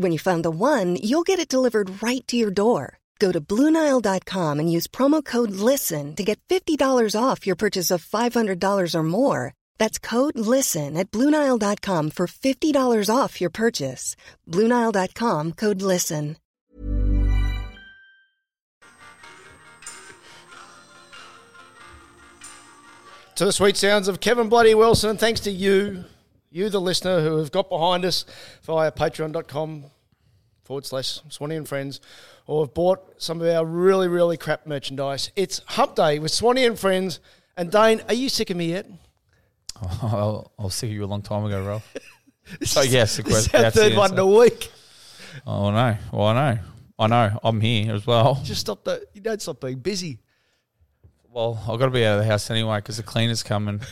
When you find the one, you'll get it delivered right to your door. Go to Bluenile.com and use promo code LISTEN to get $50 off your purchase of $500 or more. That's code LISTEN at Bluenile.com for $50 off your purchase. Bluenile.com code LISTEN. to the sweet sounds of Kevin Bloody Wilson. And thanks to you, you the listener who have got behind us via patreon.com forward slash Swanee and Friends or have bought some of our really, really crap merchandise. It's Hump Day with Swanee and Friends. And Dane, are you sick of me yet? I'll, I'll see you a long time ago, Ralph. so yes, the This is question. our That's third the one in answer. a week. Oh no! Well, I know. I know. I'm here as well. Just stop that. You don't stop being busy. Well, I've got to be out of the house anyway because the cleaner's coming.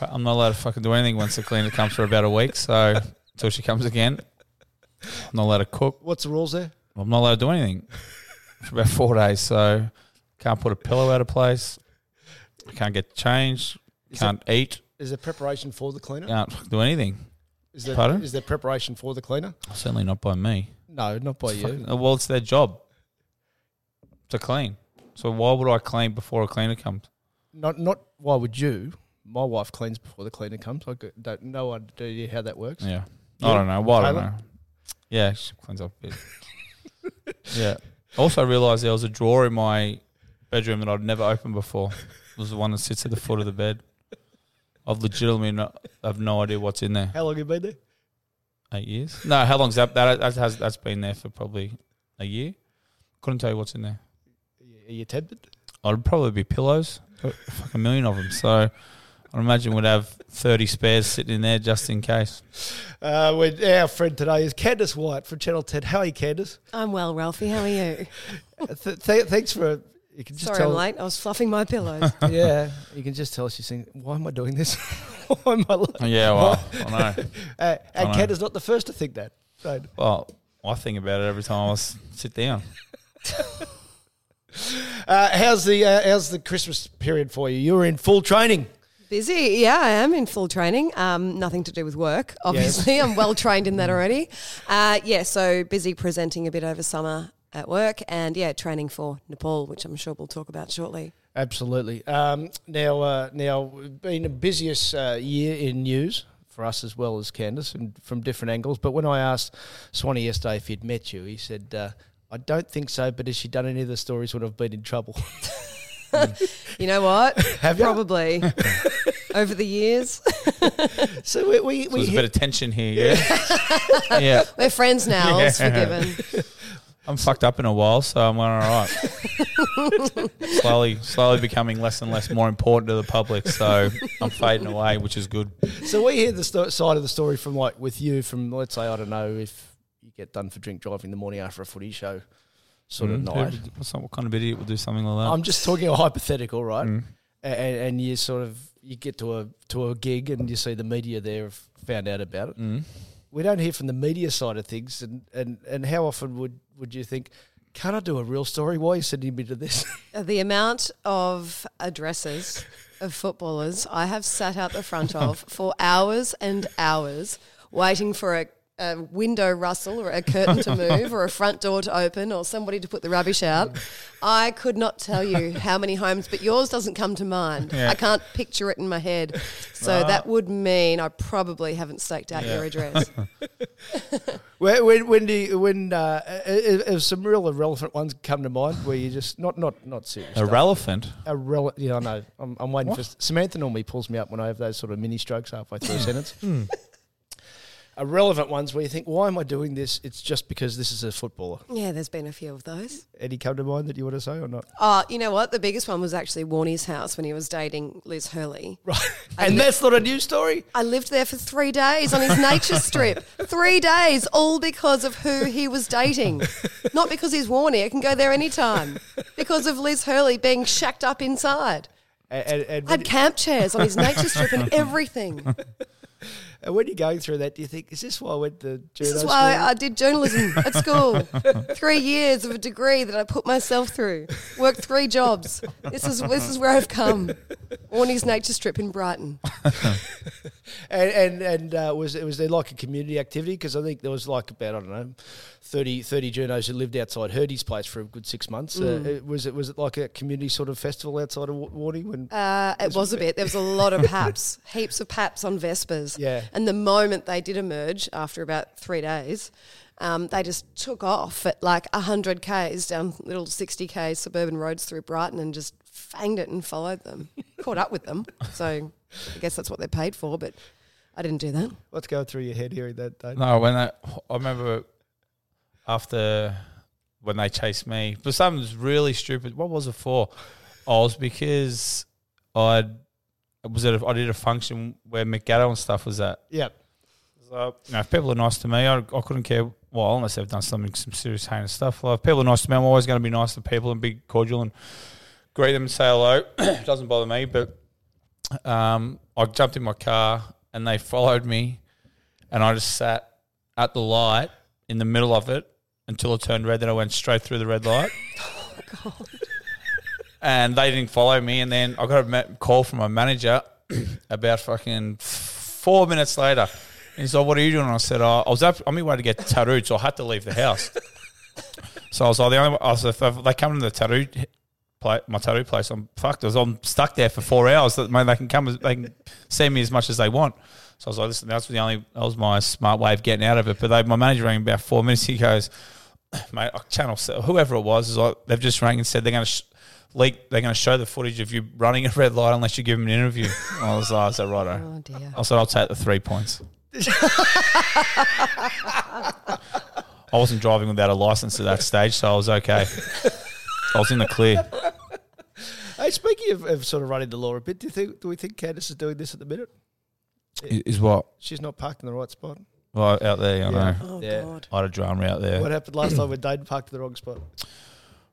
I'm not allowed to fucking do anything once the cleaner comes for about a week. So until she comes again, I'm not allowed to cook. What's the rules there? I'm not allowed to do anything for about four days. So can't put a pillow out of place. I can't get changed. Can't eat. Is there preparation for the cleaner? Can't fucking do anything. Is there, Pardon? is there preparation for the cleaner? Certainly not by me. No, not by you. Fuck- Well, it's their job to clean. So why would I clean before a cleaner comes? Not, not why would you? My wife cleans before the cleaner comes. I go- don't, no idea how that works. Yeah. Yeah. I don't know. Why I don't Taylor? know. Yeah, she cleans up a bit. yeah. Also, I realised there was a drawer in my bedroom that I'd never opened before. It was the one that sits at the foot of the bed. I've legitimately no, have no idea what's in there. How long have you been there? Eight years? No, how long's that? That that has that's been there for probably a year. Couldn't tell you what's in there. Are you tempted? I'd probably be pillows, uh, a fucking million of them. So I'd imagine we'd have 30 spares sitting in there just in case. Uh, we our friend today is Candace White from Channel 10. How are you, Candace? I'm well, Ralphie. How are you? Uh, Th- th- thanks for. You can just Sorry, tell, I'm late. I was fluffing my pillows. Yeah, you can just tell she's saying, "Why am I doing this? Why am I?" Like? Yeah, well, I know. Uh, and know. Candace not the first to think that. So, Well, I think about it every time I s- sit down. uh, how's the uh, how's the Christmas period for you? You were in full training. Busy. Yeah, I am in full training. Um, nothing to do with work, obviously. I'm well trained in that Mm. already. Uh, yeah, so busy presenting a bit over summer at work and yeah, training for Nepal, which I'm sure we'll talk about shortly. Absolutely. Um, now, uh, now, we've been the busiest uh, year in news for us as well as Candace, and from different angles. But when I asked Swanee yesterday if he'd met you, he said, uh, "I don't think so." But has she done any of the stories when I've been in trouble? You know what? Have ya? Probably. over the years. so we we, we So there's a hit- bit of tension here. Yeah. yeah. We're friends now. All's Yeah. forgiven. I'm fucked up in a while, so I'm all right. slowly, slowly becoming less and less more important to the public. So I'm fading away, which is good. so we hear the sto- side of the story from like with you from let's say I don't know if you get done for drink driving in the morning after a footy show, sort of Mm. night. Who- what's- What kind of idiot would do something like that? I'm just talking a hypothetical, right? A And, and you sort of you get to a to a gig and you see the media there have found out about it. We don't hear from the media side of things, and, and, and how often would, would you think, can I do a real story? Why are you sending me to this? the amount of addresses of footballers I have sat out the front of for hours and hours waiting for a, a window rustle or a curtain to move or a front door to open or somebody to put the rubbish out. I could not tell you how many homes, but yours doesn't come to mind. Yeah. I can't picture it in my head. So that would mean I probably haven't staked out your address. When when when, do you, when uh, if, if some real irrelevant ones come to mind, where you just not not not serious. stuff. Irrelevant. Irrele- yeah, I know. I'm, I'm waiting for Samantha. Normally pulls me up when I have those sort of mini strokes halfway through a sentence. Irrelevant ones where you think, why am I doing this? It's just because this is a footballer. yeah, there's been a few of those. Any come to mind that you want to say or not? Oh, you know what? The biggest one was actually Warney's house when he was dating Liz Hurley. Right, and that's not a news story. I lived there for three days on his nature strip. Three days, all because of who he was dating. Not because he's Warney. I can go there anytime. Because of Liz Hurley being shacked up inside. And, and, and I had when, camp chairs on his nature strip and everything. and when you're going through that, do you think is this why I went to judo This is school? why I did journalism at school. Three years of a degree that I put myself through. Worked three jobs. This is this is where I've come. Warney's nature strip in Brighton. And and, and uh, was it was there like a community activity? Because I think there was like about I don't know, 30, 30 journos who lived outside Herdy's place for a good six months. Mm. Uh, it, was it was it like a community sort of festival outside of Wa- Warney when Uh, it was a bit. There was a lot of paps, heaps of paps on Vespers. Yeah. And the moment they did emerge, after about three days, um, they just took off at like hundred k's down little sixty k suburban roads through Brighton and just fanged it and followed them, caught up with them. So I guess that's what they're paid for. But I didn't do that. what's going through your head hearing that? Dave? No, when I, I remember after when they chased me for something really stupid. What was it for? Oh, it was because I was at a, I did a function where McGatto and stuff was at. Yeah, So you know, if people are nice to me, I, I couldn't care. Well, unless they've done something some serious heinous stuff. Like if people are nice to me, I'm always going to be nice to people and be cordial and greet them and say hello. it doesn't bother me. But um, I jumped in my car and they followed me, and I just sat at the light in the middle of it until it turned red. Then I went straight through the red light. And they didn't follow me, and then I got a ma- call from my manager about fucking four minutes later. And he's like, "What are you doing?" And I said, oh, "I was up on my way to get tattooed, so I had to leave the house." so I was like, "The only I was like, if they come to the tattoo, pla my tattoo place, I'm fucked. I was, I'm stuck there for four hours. That man, they can come, as- they can see me as much as they want." So I was like, "Listen, that's the only that was my smart way of getting out of it." But they, my manager rang about four minutes. He goes, "Mate, I channel se- whoever it was is like they've just rang and said they're going to." Sh- Leak, they're going to show the footage of you running a red light unless you give them an interview. I was like, "Is that righto?" Oh dear. I said, I'll take the three points. I wasn't driving without a license at that stage, so I was okay. I was in the clear. Hey, speaking of, of sort of running the law a bit, do you think do we think Candice is doing this at the minute? Is what? She's not parked in the right spot. Well, out there, you Yeah. know. Oh Yeah. God. I had a drama out there. What happened last time when Dane parked in the wrong spot?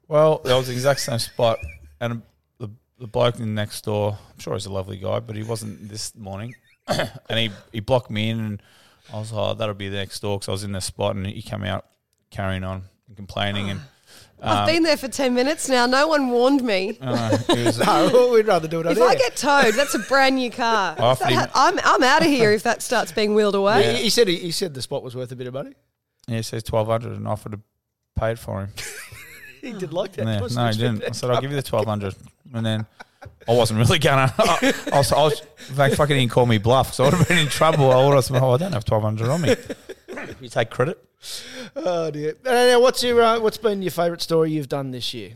Well, that was the exact same spot, and the the bloke in next door. I'm sure he's a lovely guy, but he wasn't this morning, and he he blocked me in, and I was like, oh, that'll be the next door because I was in the spot, and he came out carrying on and complaining, and I've been there for ten minutes now. No one warned me. uh, he was No, we'd rather do it on If I air. get towed, that's a brand new car. I If that offered him- ha- I'm, I'm out of here if that starts being wheeled away. He, he said he, he said the spot was worth a bit of money. Yeah, he says twelve hundred, and I offered to pay it for him. He did like that. Yeah, wasn't no, he he? didn't. I said, "I'll give you the twelve hundred, and then I wasn't really gonna. I, I was, I was they fucking didn't call me bluff, so I would have been in trouble. I would have said, "Oh, I don't have twelve hundred on me." You take credit. Oh dear. And now, what's your uh, what's been your favourite story you've done this year?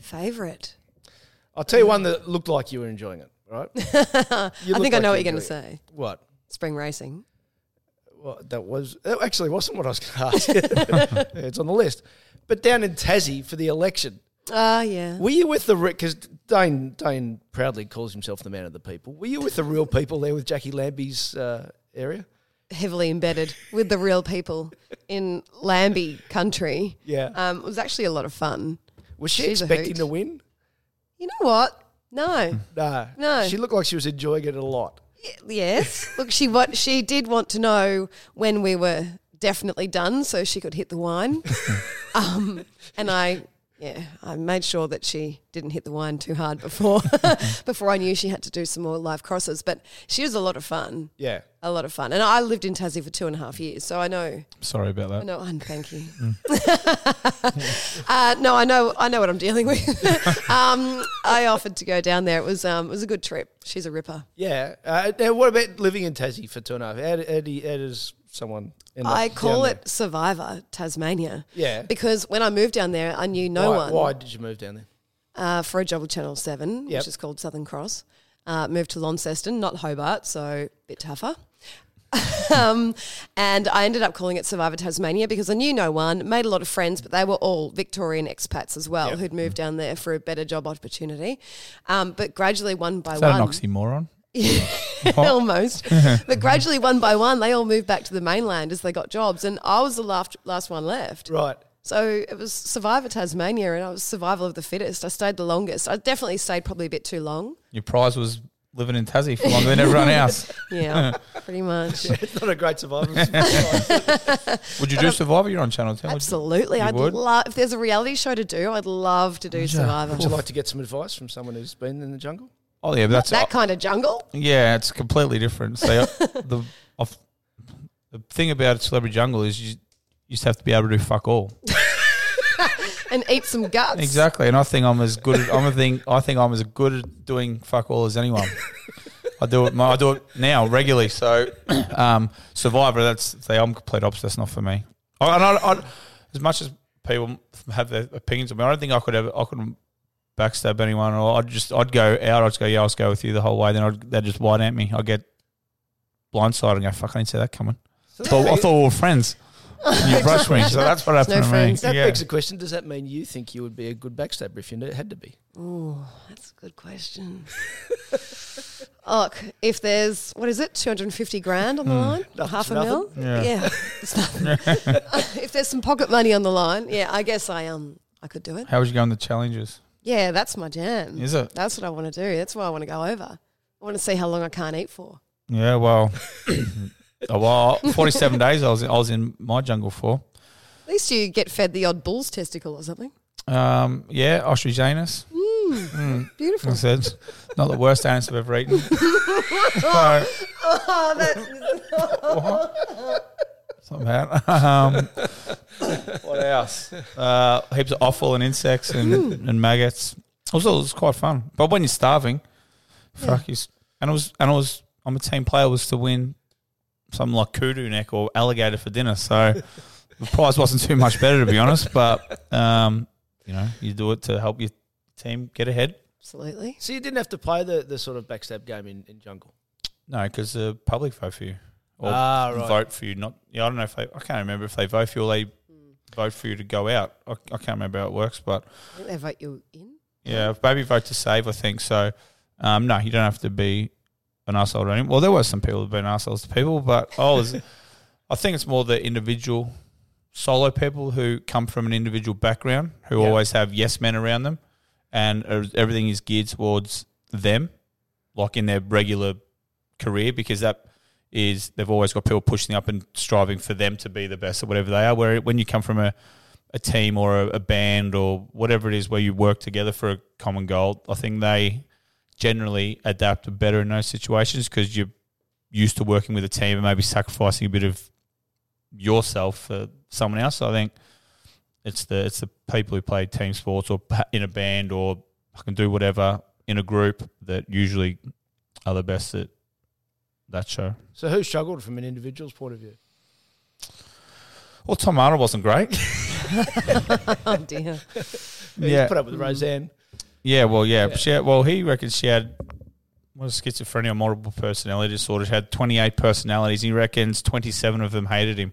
Favorite. I'll tell you one that looked like you were enjoying it. Right. I think I know what you're going to say. What? Spring racing. Well, that was that actually wasn't what I was going to ask. it's on the list. But down in Tassie for the election, Ah, yeah. were you with the because Dane Dane proudly calls himself the man of the people. Were you with the real people there with Jackie Lambie's uh, area? Heavily embedded with the real people in Lambie country. Yeah. Um, it was actually a lot of fun. Was she She's a expecting hoot. to win? You know what? No. No. No. She looked like she was enjoying it a lot. Y- yes. Look, she what she did want to know when we were definitely done, so she could hit the wine. um, and I yeah, I made sure that she didn't hit the wine too hard before before I knew she had to do some more live crosses. But she was a lot of fun, Yeah. a lot of fun. And I lived in Tassie for two and a half years, so I know Sorry about that. No, and thank you. Mm. uh, no, I know, I know what I'm dealing with. um, I offered to go down there. It was, um, it was a good trip. She's a ripper. Yeah. Uh, now, what about living in Tassie for two and a half? How, do- how, do you- how does someone. end up I call down it Survivor Tasmania. Yeah. Because when I moved down there, I knew there? no why, one. Why did you move down there? Uh, for a job with Channel Seven, Yep. which is called Southern Cross. Uh, moved to Launceston, not Hobart, so a bit tougher. um, and I ended up calling it Survivor Tasmania because I knew no one, made a lot of friends, but they were all Victorian expats as well who'd moved down there for a better job opportunity. Um, but gradually, one by Is that an one, oxymoron? almost. but gradually, one by one, they all moved back to the mainland as they got jobs, and I was the last last one left. Right. So it was Survivor Tasmania, and I was survival of the fittest. I stayed the longest. I definitely stayed probably a bit too long. Your prize was living in Tassie for longer than everyone else. Yeah, pretty much. It's not a great survival. Would you do Survivor? You're on Channel 10. would you? Absolutely, You I'd would? love if there's a reality show to do. I'd love to do Survivor. Would you like to get some advice from someone who's been in the jungle? Oh, yeah, but that's. that kind of jungle. yeah, it's completely different. So the, of- the thing about Celebrity Jungle is you, you just have to be able to do fuck all. And eat some guts. Exactly, and I think I'm as good. At, I'm a thing. I think I'm as good at doing fuck all as anyone. I do it. My, I do it now regularly. So, um, Survivor. That's they. I'm complete opposite. That's not for me. I, and I, I, as much as people have their opinions of me, I don't think I could ever. I could backstab anyone, or I'd just. I'd go out. I'd just go. Yeah, I'll just go with you the whole way. Then I'd, they'd just wide at me. I get blindsided and go. Fuck! I didn't see that coming. Thought- I thought we were friends. And you brushed me, so that's what It's no happened to me. friends. That Yeah. begs the question Does that mean you think you would be a good backstabber if you had to be? Ooh, that's a good question. Look, if there's what is it, two hundred and fifty grand on the line, half a nothing. mil, Yeah. it's nothing. if there's some pocket money on the line, yeah, I guess I um I could do it. How would you go on the challenges? Yeah, that's my jam. Is it? That's what I want to do. That's why I want to go over. I want to see how long I can't eat for. Yeah, well, oh, well, forty-seven days I was I was in my jungle for. At least you get fed the odd bull's testicle or something. Um, yeah, ostrich anus. I Beautiful. said, not the worst anus I've ever eaten. So- oh, that, It's not bad. um, what else? Uh, heaps of offal and insects and, and maggots. Also, it was quite fun. But when you're starving, fuck you. s- And I was, and I was, I'm a team player was to win something like kudu neck or alligator for dinner. So the prize wasn't too much better, to be honest. But um, you know, you do it to help your team get ahead. absolutely. So you didn't have to play the, the sort of backstab game in, in jungle. No, because the public vote for you or Ah, right. vote for you. Not yeah, I don't know if they. I can't remember if they vote for you or they vote for you to go out. I, I can't remember how it works, but I think They vote you in. yeah, maybe vote to save. I think so. Um, no, you don't have to be an asshole to anyone. Well, there were some people who've been assholes to people, but I was. I think it's more the individual solo people who come from an individual background who Yeah. always have yes men around them, and er- everything is geared towards them, like in their regular career, because that is they've always got people pushing up and striving for them to be the best at whatever they are. Where when you come from a a team or a, a band or whatever it is where you work together for a common goal, I think they generally adapt better in those situations because you're used to working with a team and maybe sacrificing a bit of yourself for someone else. I think it's the it's the people who play team sports or pa- in a band or I can do whatever in a group that usually are the best at that show. So who struggled from an individual's point of view? Well, Tom Arnold wasn't great. Oh dear. Yeah. Put up with Roseanne. Mm-hmm. Yeah, well, yeah. She had, well, he reckons she had what is schizophrenia, multiple personality disorder. She had twenty eight personalities. He reckons twenty seven of them hated him.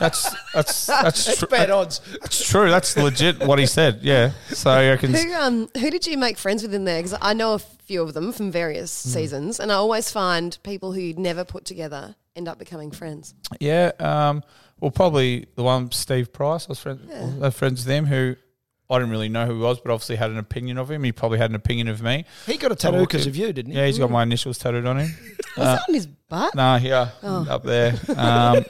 That's that's that's, That's tr- bad odds. that's true. That's legit what he said. Yeah. So he reckons Who um who did you make friends with in there? Because I know a few of them from various Mm. seasons, and I always find people who you'd never put together end up becoming friends. Yeah. Um, well, probably the one Steve Price. I was friends, I was friends with him who I didn't really know who he was, but obviously had an opinion of him. He probably had an opinion of me. He got a tattoo because of you, didn't he? Oh, Yeah, he's got my initials tattooed on him. Was that on his butt? Nah, here, up there. Um,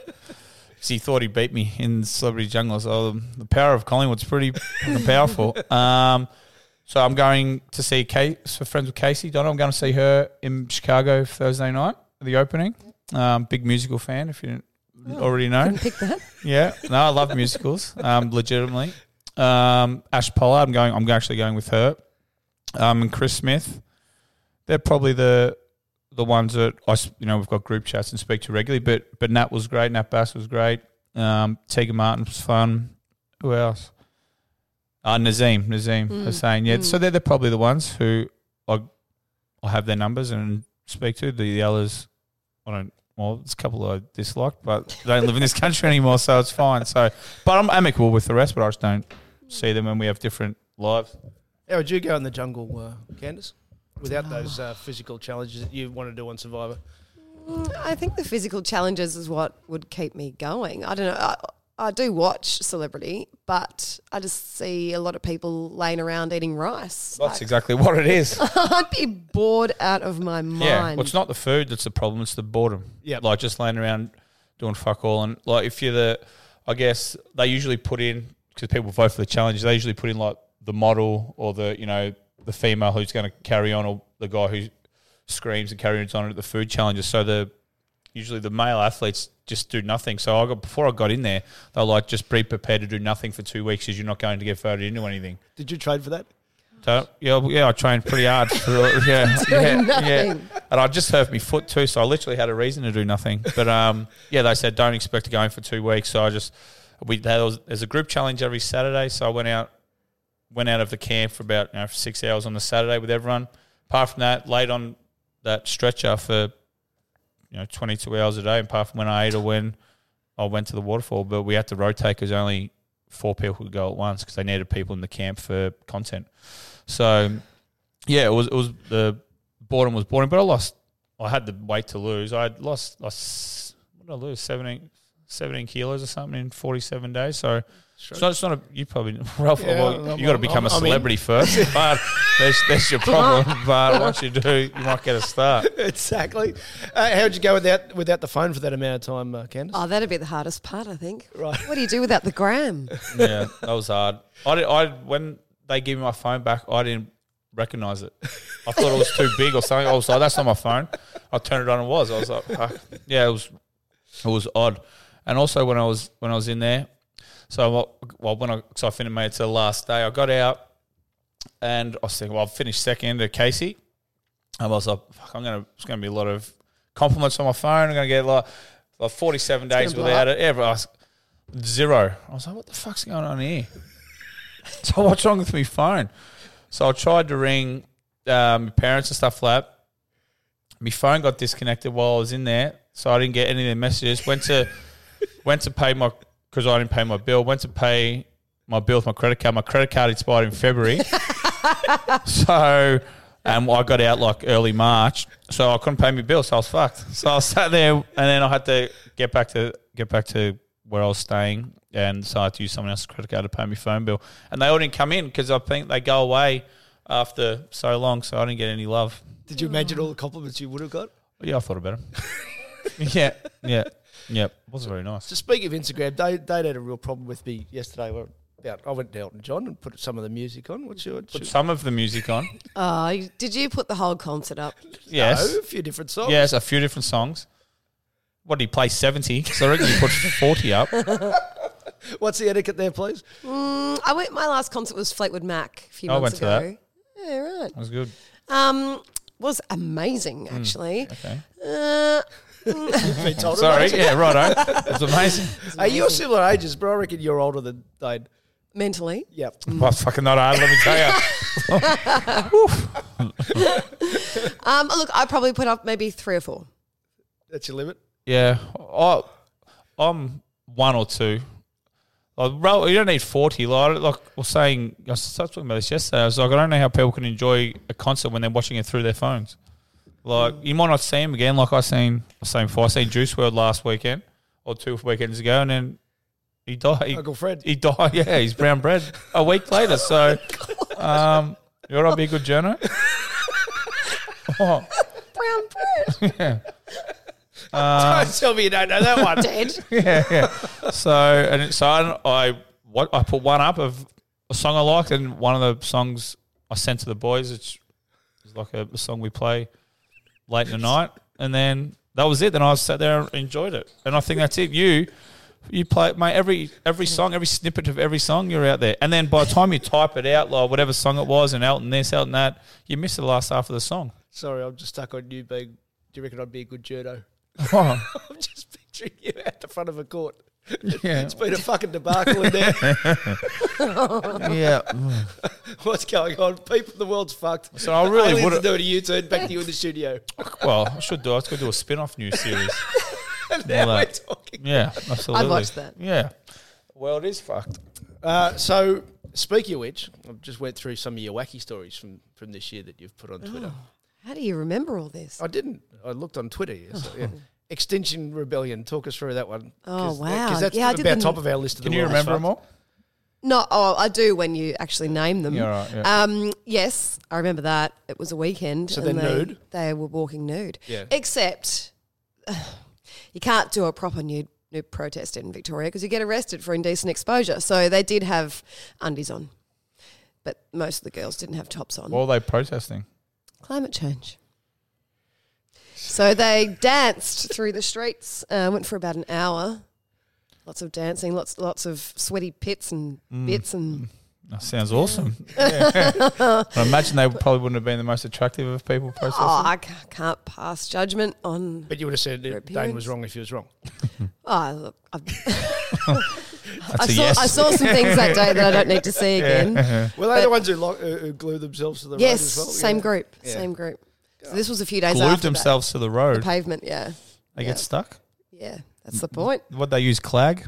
So he thought he beat me in Celebrity Jungle. So um, the power of Collingwood's pretty fucking powerful. Um, so I'm going to see Kate, so friends with Casey Donna. I'm going to see her in Chicago Thursday night, at the opening. Um, big musical fan, if you didn't already know. Pick that. Yeah, no, I love musicals, um, legitimately. Um, Ash Pollard, I'm going. I'm actually going with her, um, and Chris Smith. They're probably the the ones that I, s- you know, we've got group chats and speak to regularly. But but Nat was great. Nat Bass was great. Um, Tegan Martin was fun. Who else? Uh, Nazim, Nazim Hussain. Yeah, so they're, they're probably the ones who I I have their numbers and speak to. The, the others, I don't. Well, there's a couple I dislike, but they don't live in this country anymore, so it's fine. So, but I'm amicable with the rest, but I just don't see them when we have different lives. How would you go in the jungle, uh, Candace? Oh. Without those uh, physical challenges that you want to do on Survivor? Mm, I think the physical challenges is what would keep me going. I don't know. I, I do watch Celebrity, but I just see a lot of people laying around eating rice. That's Like, exactly what it is. I'd be bored out of my mind. Yeah, well, it's not the food that's the problem; it's the boredom. Yep. like just laying around doing fuck all, and like if you're the, I guess they usually put in because people vote for the challenges. They usually put in like the model or the you know the female who's going to carry on, or the guy who screams and carries on at the food challenges. So the usually the male athletes just do nothing. So I got before I got in there, they're like just be prepared to do nothing for two weeks because you're not going to get voted into anything. Did you trade for that? So, yeah, well, yeah, I trained pretty hard. For, yeah, yeah, yeah, nothing. and I just hurt my foot too, so I literally had a reason to do nothing. But um, yeah, they said don't expect to go in for two weeks, so I just we there was, there's a group challenge every Saturday, so I went out went out of the camp for about you know, six hours on the Saturday with everyone. Apart from that, laid on that stretcher for you know 22 hours a day. Apart from when I ate or when I went to the waterfall, but we had to rotate because only four people could go at once because they needed people in the camp for content. So yeah, it was it was the boredom was boring, but I lost. I had the weight to lose. I had lost lost what did I lose 17, 17 kilos or something in forty seven days. So. It's not, it's not a, you probably, Ralph, Yeah, well, I'm- you got to I'm- become a I'm in. celebrity first, but that's, that's your problem. But once you do, you might get a start. exactly. Uh, how'd you go without without the phone for that amount of time, uh, Candace? Oh, that'd be the hardest part, I think. Right. What do you do without the gram? yeah, that was hard. I, did, I when they gave me my phone back, I didn't recognize it. I thought it was too big or something. I was like, "That's not my phone." I turned it on, and it was. I was like, Fuck. "Yeah, it was." It was odd. And also when I was when I was in there, so what- well when I so I finished made it to the last day, I got out and I was thinking, well, I finished second to Casey. And I was like, fuck, I'm gonna it's gonna be a lot of compliments on my phone. I'm gonna get like like 47 days blow up. without it. Ever zero. I was like, what the fuck's going on here? so what's wrong with my phone? So I tried to ring um, my parents and stuff like that. My phone got disconnected while I was in there, so I didn't get any of their messages. Went to went to pay my because I didn't pay my bill. Went to pay my bill with my credit card. My credit card expired in February, so um, I got out like early March, so I couldn't pay my bill. So I was fucked. So I sat there, and then I had to get back to get back to where I was staying, and so I had to use someone else's credit card to pay my phone bill. And they all didn't come in because I think they go away after so long, so I didn't get any love. Did you imagine all the compliments you would have got? Yeah, I thought about him. yeah, yeah, yeah. Wasn't very nice. So speaking of Instagram, they they had a real problem with me yesterday. Where about I went to Elton John and put some of the music on. What's your Put some of the music on. Oh, you- did you put the whole concert up? Yes, No, a few different songs. yes. A few different songs. What did he play? Seventy. So I reckon he put forty up. What's the etiquette there, please? Mm, I went. My last concert was Fleetwood Mac a few Oh, I months went to ago. Yeah, right. That was good. Um, was amazing actually. Mm, Okay. Uh, Been told Sorry. about it. Yeah. Righto. It's amazing. Hey, you're similar ages, but I reckon you're older than they. mentally, Yep. Well, it's fucking not hard. Let me tell you. um, look, I probably put up maybe three or four. That's your limit. Yeah, I, I'm one or two. Like, bro, you don't need forty. Like, I don't- like I was saying, I was talking about this yesterday. I was like, I don't know how people can enjoy a concert when they're watching it through their phones. Like, you might not see him again. Like I seen, I seen four. I seen Juice World last weekend or two weekends ago, and then he died. Uncle Fred. He died. Yeah, he's brown bread a week later. So, um, you ought to be a good Oh, journal. Brown bread. Yeah. Uh. Don't tell me you don't know that one. Dead. yeah, yeah. So and it- so I, I what I put one up of a song I liked, and one of the songs I sent to the boys. It's, it's like a, a song we play late in the night, and then that was it. Then I sat there and enjoyed it, and I think that's it. You. You play mate every every song, every snippet of every song you're out there, and then by the time you type it out, like whatever song it was, and out and this, out and that, you miss the last half of the song. Sorry, I'm just stuck on you being. Do you reckon I'd be a good judo? Oh, I'm just picturing you at the front of a court. yeah, It's been a fucking debacle in there. yeah. What's going on? People, the world's fucked. So I really Aliens would are doing a U-turn back to you in the studio. Well, I should do. I was going to do a spin-off news series. now Well, we're uh, talking. Yeah, absolutely. watch that. Yeah. World is fucked. Uh, so, speaking of which, I just went through some of your wacky stories from, from this year that you've put on Twitter. Oh. How do you remember all this? I didn't. I looked on Twitter. Yeah, so, yeah. Extinction Rebellion. Talk us through that one. Oh, wow. Because that's Yeah, I about did the- top of our list. Of Can the you world's remember fucked. them all? No, oh, I do when you actually name them. Yeah, right, yeah. Um, yes, I remember that. It was a weekend. So and they're they, nude? They were walking nude. Yeah. Except you can't do a proper nude, nude protest in Victoria because you get arrested for indecent exposure. So they did have undies on, but most of the girls didn't have tops on. What were they protesting? Climate change. So they danced through the streets. Uh, went for about an hour. Lots of dancing. Lots lots of sweaty pits and bits and. oh, That sounds awesome. Yeah. I imagine they probably wouldn't have been the most attractive of people protesting. Oh, I ca- can't pass judgment on. But you would have said that Dane appearance. was wrong if he was wrong. Oh, look, I've, That's I, a saw, yes. I saw some things that day that I don't need to see again. Well, they're the ones who, lo- uh, who glue themselves to the road Yes, as well. same yeah. group, Yeah. same group. So this was a few days Glued after themselves to the road. that. The pavement, yeah, they yeah. get stuck. yeah. That's the point. What they use clag?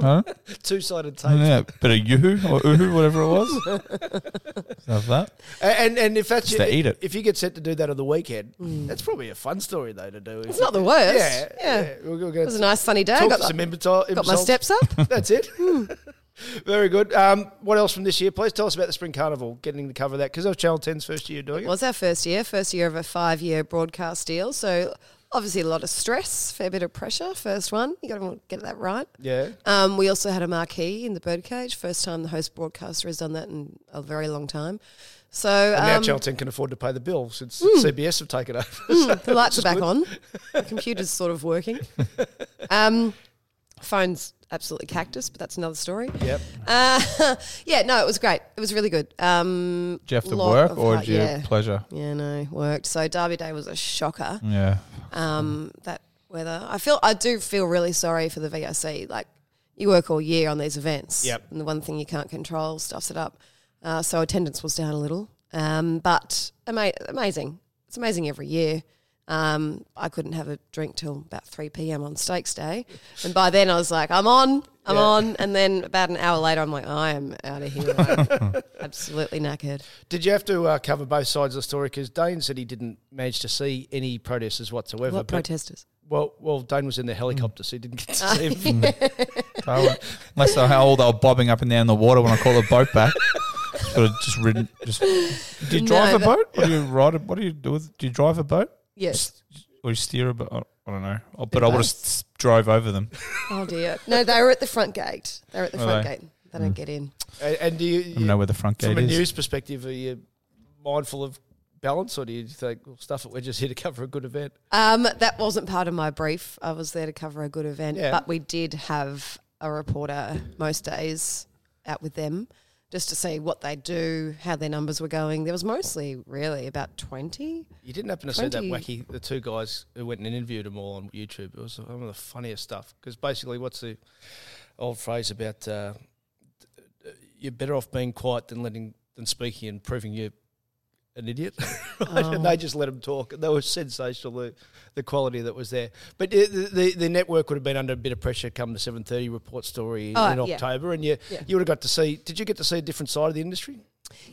huh? Two-sided tape. Yeah, bit of yoo-hoo or oohoo, whatever it was. Stuff that. A- And and if that's It's to eat it. if you get set to do that on the weekend, that's probably a fun story though to do. Mm. It's not the worst. Yeah, yeah. We're, we're It gonna was a nice sunny day. talk got to the- some inventor- got my steps up. Hmm. That's it. Very good. Um, what else from this year? Please tell us about the Spring Carnival, getting to cover that because that was Channel 10's first year doing it. It was our first year, first year of a five year broadcast deal. So obviously a lot of stress, fair bit of pressure. First one, you got to get that right. Yeah. Um, we also had a marquee in the birdcage. First time the host broadcaster has done that in a very long time. So And now um, Hmm. Channel 10 can afford to pay the bill since CBS have taken over. the lights are back on. The computer's sort of working. Um, phone's absolutely cactus, but that's another story. yep. Uh, yeah, no, it was great. It was really good. Um, Did you have to lot work of or hard- did you yeah. pleasure? yeah, no, worked. So Derby Day was a shocker. Yeah. um, that weather. I feel I do feel really sorry for the VRC. Like you work all year on these events, Yep. and the one thing you can't control stuffs it up. Uh, so attendance was down a little, um, but ama- amazing. It's amazing every year. Um, I couldn't have a drink till about three p.m. on Steaks Day, and by then I was like, I'm on, I'm Yeah. on. And then about an hour later, I'm like, I am out of here, I'm absolutely knackered. Did you have to uh, cover both sides of the story? Because Dane said he didn't manage to see any protesters whatsoever. What but- protesters? Well, well, Dane was in the helicopter, so he didn't get Ah. to see him. I, unless they how old they were bobbing up and down the water when I caught the boat back. Could have just ridden. Just, do you No, drive a that- boat? Or do you ride a, What do you do? With, do you drive a boat? Yes. Or you steer a boat? I I don't know. Oh, But I would have s- drove over them. Oh dear. No, they were at the front gate. They were at the Were front they? Hmm. gate. They don't get in. and, and do you, I don't know where the front from gate a is. news perspective, are you mindful of balance, or do you think well, stuff it? We're just here to cover a good event. Um, that wasn't part of my brief. I was there to cover a good event, Yeah. but we did have a reporter most days out with them just to see what they do, how their numbers were going. There was mostly really about 20. You didn't happen to see that 20. wacky the two guys who went and interviewed them all on YouTube. It was some of the funniest stuff because basically, what's the old phrase about uh, d- you're better off being quiet than letting than speaking and proving you're an idiot. Right? Oh. And they just let them talk. And they were sensational. The, the quality that was there, but the, the the network would have been under a bit of pressure come the seven thirty report story Oh, in yeah. October, and you Yeah. you would have got to see. Did you get to see a different side of the industry?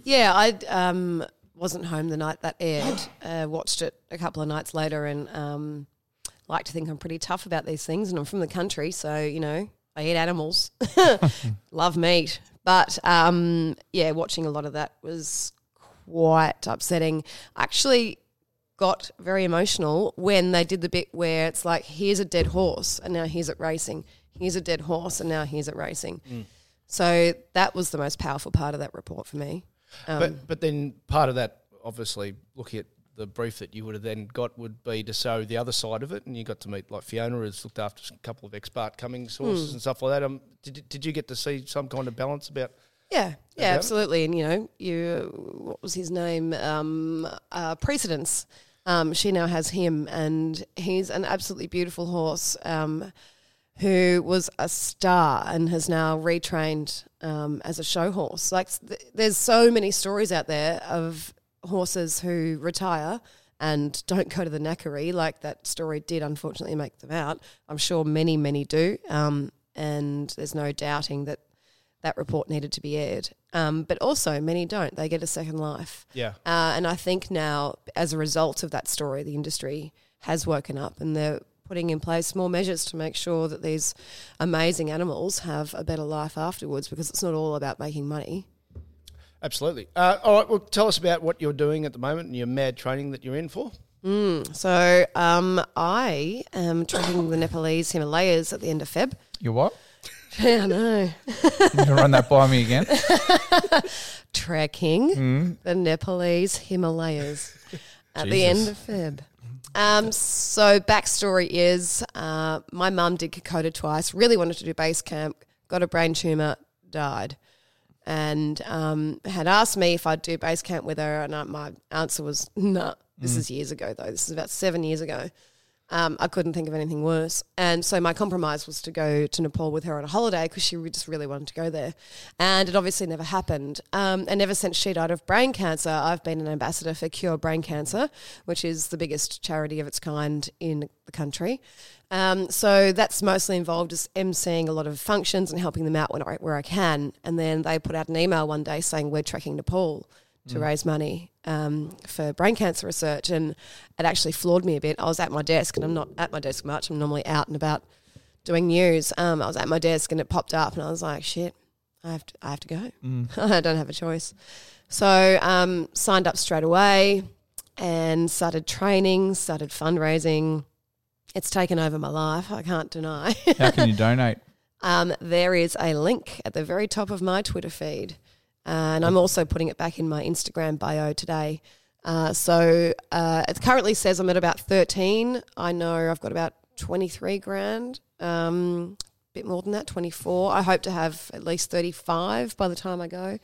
Yeah, I um, wasn't home the night that aired. uh, watched it a couple of nights later and um, like to think I'm pretty tough about these things. And I'm from the country, so, you know, I eat animals, love meat. But um, yeah, watching a lot of that was quite upsetting. Actually, got very emotional when they did the bit where it's like, here's a dead horse, and now here's it racing. Here's a dead horse, and now here's it racing. So that was the most powerful part of that report for me. but but then part of that, obviously, looking at the brief that you would have then got would be to show the other side of it, and you got to meet like Fiona, who's looked after a couple of ex-Bart Cummings sources and stuff like that. Um, did did you get to see some kind of balance about? Yeah, Okay. yeah, absolutely. And you know, you what was his name? Um, uh, Precedence. Um, she now has him, and he's an absolutely beautiful horse um, who was a star and has now retrained um, as a show horse. Like, th- there's so many stories out there of horses who retire and don't go to the knackery. Like that story did, unfortunately, make them out. I'm sure many, many do. Um, and there's no doubting that that report needed to be aired. Um, but also, many don't. They get a second life. Yeah. Uh, and I think now, as a result of that story, the industry has woken up and they're putting in place more measures to make sure that these amazing animals have a better life afterwards because it's not all about making money. Absolutely. Uh, all right. Well, tell us about what you're doing at the moment and your mad training that you're in for. So um, I am tracking the Nepalese Himalayas at the end of Feb. You what? Yeah, I know. You gonna run that by me again? Trekking the Nepalese Himalayas at the end of Feb. Um, so backstory is uh, my mum did Kokoda twice. Really wanted to do base camp. Got a brain tumor. Died. And um, had asked me if I'd do base camp with her, and I, my answer was Nah. This is years ago, though. This is about seven years ago. Um, I couldn't think of anything worse. And so my compromise was to go to Nepal with her on a holiday because she re- just really wanted to go there. And it obviously never happened. Um, and ever since she died of brain cancer, I've been an ambassador for Cure Brain Cancer, which is the biggest charity of its kind in the country. Um, so that's mostly involved as emceeing a lot of functions and helping them out when I, where I can. And then they put out an email one day saying, We're trekking Nepal to raise money um, for brain cancer research, and it actually floored me a bit. I was at my desk, and I'm not at my desk much. I'm normally out and about doing news. Um, I was at my desk, and it popped up, and I was like, "Shit, I have to, I have to go. I don't have a choice." So um, signed up straight away, and started training, started fundraising. It's taken over my life. I can't deny. How can you donate? um, there is a link at the very top of my Twitter feed. Uh, and I'm also putting it back in my Instagram bio today. Uh, so uh, it currently says I'm at about 13. I know I've got about 23 grand, um, bit more than that, 24. I hope to have at least 35 by the time I go.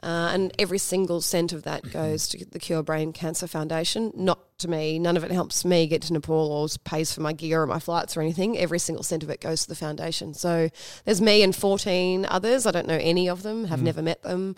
Uh, and every single cent of Mm-hmm. that goes to the Cure Brain Cancer Foundation, not to me. None of it helps me get to Nepal or pays for my gear or my flights or anything. Every single cent of it goes to the foundation. So there's me and 14 others. I don't know any of them, Mm-hmm. have never met them.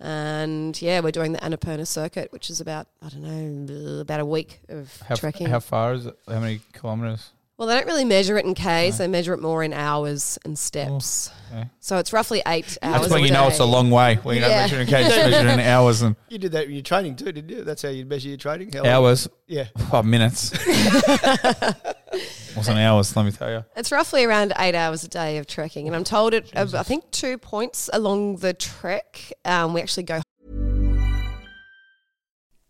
And yeah, we're doing the Annapurna circuit, which is about, I don't know, about a week of How, trekking. how far is it? How many kilometers? well, they don't really measure it in Ks, they measure it more in hours and steps. okay. So it's roughly eight hours. That's when a you know day. it's a long way. When you don't Yeah. measure in case measure in hours and You did that in your training too, didn't you? That's how you measure your training. How long- hours. Yeah. Five minutes. Wasn't hours, let me tell you. It's roughly around eight hours a day of trekking, and I'm told at uh, I think two points along the trek, um, we actually go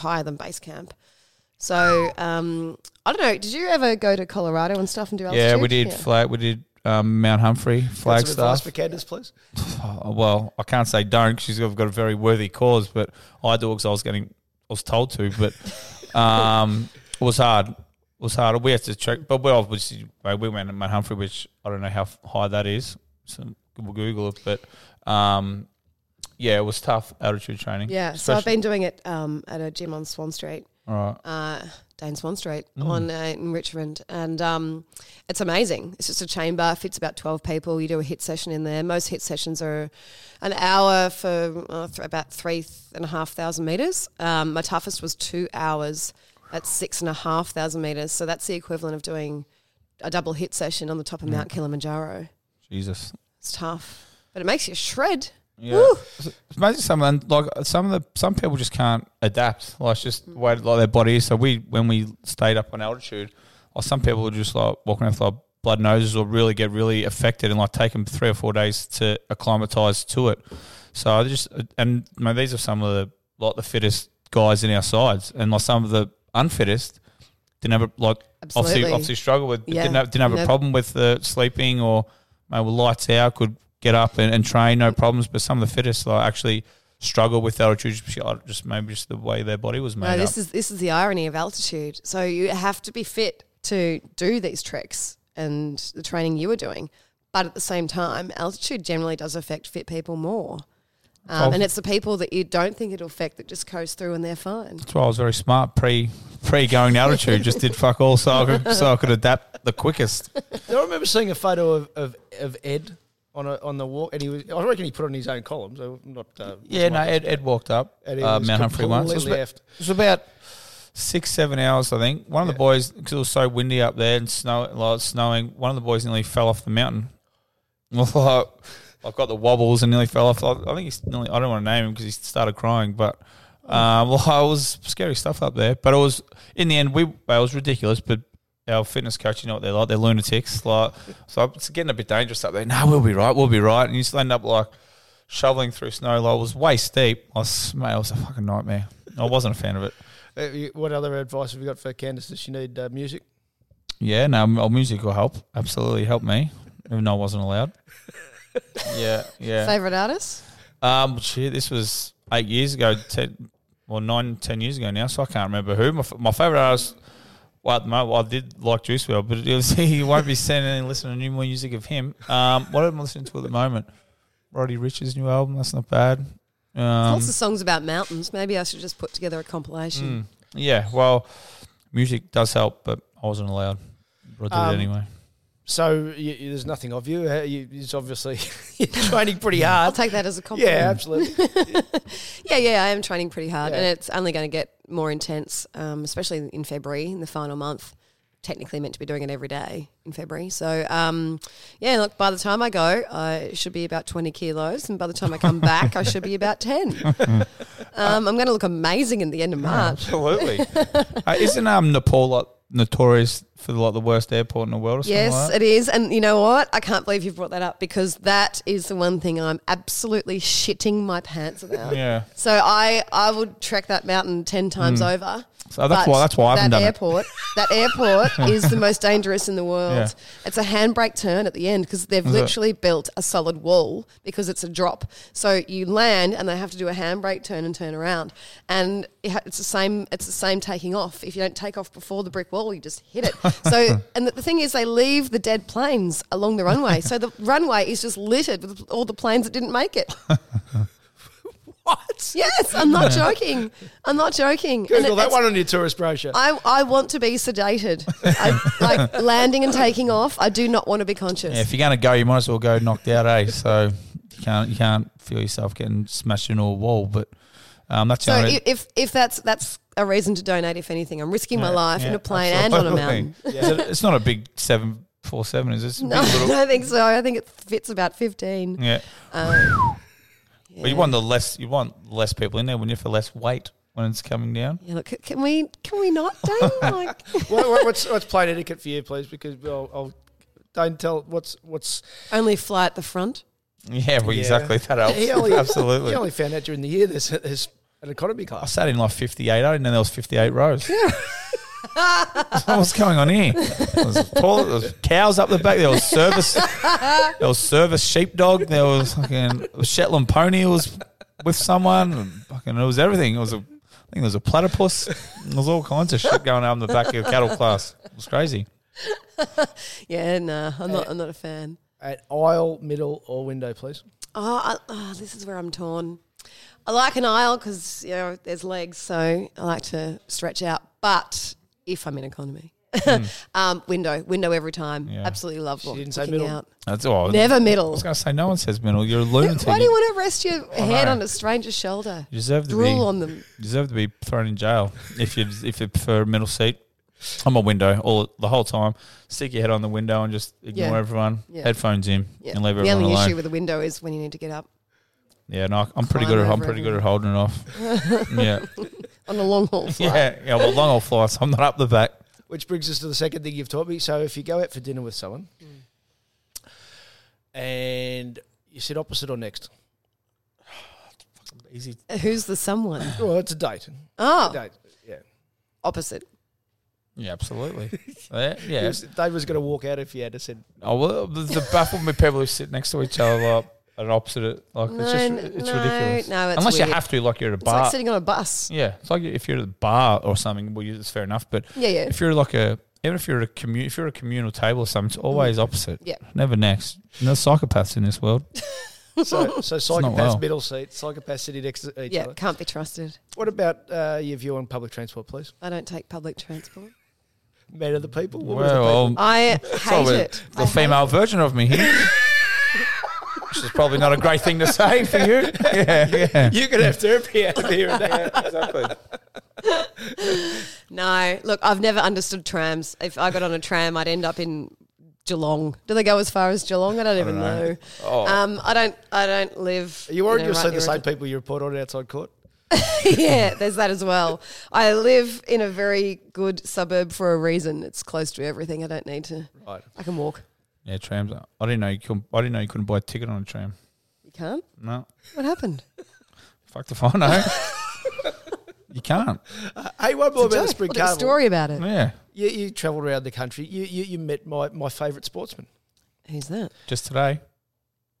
higher than base camp. So um, I don't know. Did you ever go to Colorado and stuff and do altitude? Yeah, we did flag. We did um, Mount Humphrey, Got some advice Flagstaff. for Candace, please. Oh, well, I can't say don't because she's got- got a very worthy cause, but I do because I was getting, I was told to, but um, it was hard. It was hard. We had to check, but we obviously like, we went to Mount Humphrey, which I don't know how f- high that is. So we'll Google it, but um, yeah, it was tough altitude training. Yeah, so I've Especially- been doing it um, at a gym on Swan Street. All right. uh, Dane Swan Street on uh, in Richmond, and um, it's amazing. It's just a chamber, fits about twelve people. You do a hit session in there. Most hit sessions are an hour for uh, th- about three and a half thousand meters. Um, my toughest was two hours at six and a half thousand meters. So that's the equivalent of doing a double hit session on the top of Mount Kilimanjaro. Jesus. It's tough, but it makes you shred. Yeah. It's it's amazing some of them, like some of the some people just can't adapt. Like it's just the way like their body is. So we when we stayed up on altitude, like some people would just like walking around with like blood noses or really get really affected and like take them three or four days to acclimatize to it. So I just and I mean, these are some of the like the fittest guys in our sides and like some of the unfittest didn't have a like obviously Absolutely. obviously struggle with Yeah. didn't have, didn't have a No. problem with the sleeping or mate, were uh, lights out could get up and, and train no problems but some of the fittest like actually struggle with altitude just- uh, just maybe just the way their body was made No, this up. is this is the irony of altitude. So you have to be fit to do these tricks and the training you were doing, but at the same time, altitude generally does affect fit people more. Um, Oh. And it's the people that you don't think it'll affect that just coast through and they're fine. that's why I was very smart pre pre going to altitude just did fuck all so I could, so I could adapt the quickest I remember seeing a photo of, of, of Ed on a, on the walk, and he was. I reckon he put it on his own column, so I'm not. Uh, yeah no Ed, Ed walked up And he uh, was Mount Humphrey once it was, completely about, effed. it was about six seven hours I think one of the boys because it was so windy up there and snow like it was snowing one of the boys nearly fell off the mountain Well, I've got the wobbles and nearly fell off. I I think he's nearly. I don't want to name him because he started crying, but um, well, it was scary stuff up there. But it was in the end, we well, it was ridiculous. But our fitness coach, you know what they're like? They're lunatics. Like, so it's getting a bit dangerous up there. No, we'll be right. We'll be right. And you just end up like shoveling through snow. Like, it was waist deep. I was, mate, it was a fucking nightmare. I wasn't a fan of it. Uh, you- What other advice have you got for Candace? Does she need uh, music? Yeah, no, m- oh, music will help. Absolutely help me, even though I wasn't allowed. Yeah, yeah. Favorite artist? Um, shit, this was eight years ago, ten, well, nine, ten years ago now, so I can't remember who. My, f- my favorite artist, well, at the moment, well, I did like Juice Well, but it was, he won't be sending and listening to new more music of him. Um, what am I listening to at the moment? Roddy Rich's new album, that's not bad. Um, Lots of songs about mountains. Maybe I should just put together a hmm. compilation. yeah, well, music does help, but I wasn't allowed. I did Um, it anyway. So you, you- there's nothing of you. Uh, you it's obviously you're training pretty I'll hard. take that as a Yeah, compliment. absolutely. Yeah, yeah, I am training pretty hard, Yeah. and it's only going to get more intense, um, especially in February, in the final month. Technically meant to be doing it every day in February. So, um, yeah, look, by the time I go, I should be about 20 kilos, and by the time I come back, I should be about 10. Um, I'm going to look amazing at the end of March. Absolutely. uh, isn't um, Nepal like, notorious for like the worst airport in the world? Or something like Yes, that? it is. And you know what? I can't believe you brought that up because that is the one thing I'm absolutely shitting my pants about. Yeah. Hmm. So I I would trek that mountain ten times over. So that's But why- that's why I haven't that done it. airport, That airport is the most dangerous in the world. Yeah. It's a handbrake turn at the end because they've it? literally built a solid wall because it's a drop. So you land and they have to do a handbrake turn and turn around. And it ha- it's the same. It's the same taking off. If you don't take off before the brick wall, you just hit it. So and the, the thing is, they leave the dead planes along the runway. So the runway is just littered with all the planes that didn't make it. what? Yes, I'm not joking. I'm not joking. And Google it- that it's- one on your tourist brochure. I, I want to be sedated. I, like landing and taking off, I do not want to be conscious. Yeah, if you're gonna go, you might as well go knocked out, eh? So you can't you can't feel yourself getting smashed into a wall. But um, that's the so only- i- if if that's that's a reason to donate, if anything, I'm risking my life in yeah, a plane and on a absolutely. mountain. Is it- It's not a big seven four seven, is it? It's a No, big I little- don't think so. I think it fits about 15. yeah. Um, But you want the less you want less people in there, wouldn't you, for less weight when it's coming down? Yeah, look, c- can we can we not, Dane? Like, what, what- what's what's plate etiquette for you, please? Because I'll, I'll don't tell what's what's only fly at the front. Yeah, well, Yeah. exactly. That helps. He only, Absolutely. He only found out during the year there's, there's an economy I class. sat in like 58. I didn't know there was 58 rows. What's going on here? There was, toilet, there was cows up the back. There was service. There was service sheepdog. There was fucking Shetland pony. Was with someone. and Fucking, it was everything. It was a. I think there was a platypus. There was all kinds of shit going on in the back of cattle class. It was crazy. Yeah, no, I'm not. I'm not a fan. At aisle, middle, or window, please. Oh, I, oh, this is where I'm torn. I like an aisle because you know there's legs, so I like to stretch out. But if I'm in economy, um, window, window every time. Hmm. Yeah. Absolutely love She didn't looking say middle. out. That's all. Never I middle. was going to say no one says middle. You're a lunatic. Why do you want to rest your head know. on a stranger's shoulder? You deserve to Drool be- on them. You deserve to be thrown in jail if you if you prefer middle seat. I'm a window all the whole time. Stick your head on the window and just ignore Yeah. everyone. Yeah. Headphones in Yeah. and leave the everyone only alone. issue with the window is when you need to get up yeah, no, I'm pretty Climb good at I'm over pretty good at holding it off. yeah, on a long haul flight. yeah, yeah. Well, long old flights. I'm not up the back. Which brings us to the second thing you've taught me. So if you go out for dinner with someone and you sit opposite or next, Easy. Uh, Who's the someone? well, it's a date. Oh, Date. Yeah. opposite. Yeah, absolutely. yeah, yeah. He was- Dave was going to walk out if he had to said, Oh well, the, the baffled me people who sit next to each other like at opposite. Like No, it's just n- it's no, ridiculous. no, it's Unless weird. you have to, like you're at a It's bar. like sitting on a bus. Yeah, it's like if you're at a bar or something. Well, you- it's fair enough, but Yeah, yeah. if you're like a even if you're at a commu- if you're at a communal table or something, it's always opposite. Mm. Yeah. never next. No psychopaths in this world. so, so not psychopaths well. middle seat, psychopaths sitting next to each Yeah, other. can't be trusted. What about uh, your view on public transport, please? I don't take public transport. Man of the people, woman of the people. Well, I hate probably it. the female version of me here. Which is probably not a great thing to say for you. Yeah, yeah. You're going to have therapy out of here. exactly. No, look, I've never understood trams. If I got on a tram, I'd end up in Geelong. Do they go as far as Geelong? I don't even know. Um, I don't. I don't live. Are you worried know, you'll right see near the a- same people you report on outside court? yeah, there's that as well. I live in a very good suburb for a reason. It's close to everything. I don't need to. Right. I can walk. Yeah, trams. are- I didn't know you couldn't. I didn't know you couldn't buy a ticket on a tram. You can't. No, What happened? fuck if I know. you can't. Hey, one more about the Joke. spring Well, there's a carnival. story about it. Yeah, You, you travelled around the country. You you, you met my, my favourite sportsman. Who's that? just today.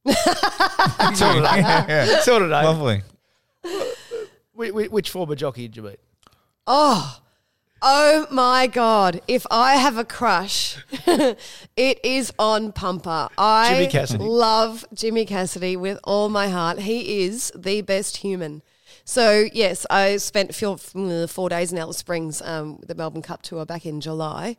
Till eh? today. Yeah, yeah. Till today. Lovely. Wh- wh- which former jockey did you meet? Oh, oh my God. If I have a crush, it is on Pumper. I Jimmy Cassidy. love Jimmy Cassidy with all my heart. He is the best human. So, yes, I spent few- four days in Alice Springs, um, with the Melbourne Cup tour back in July.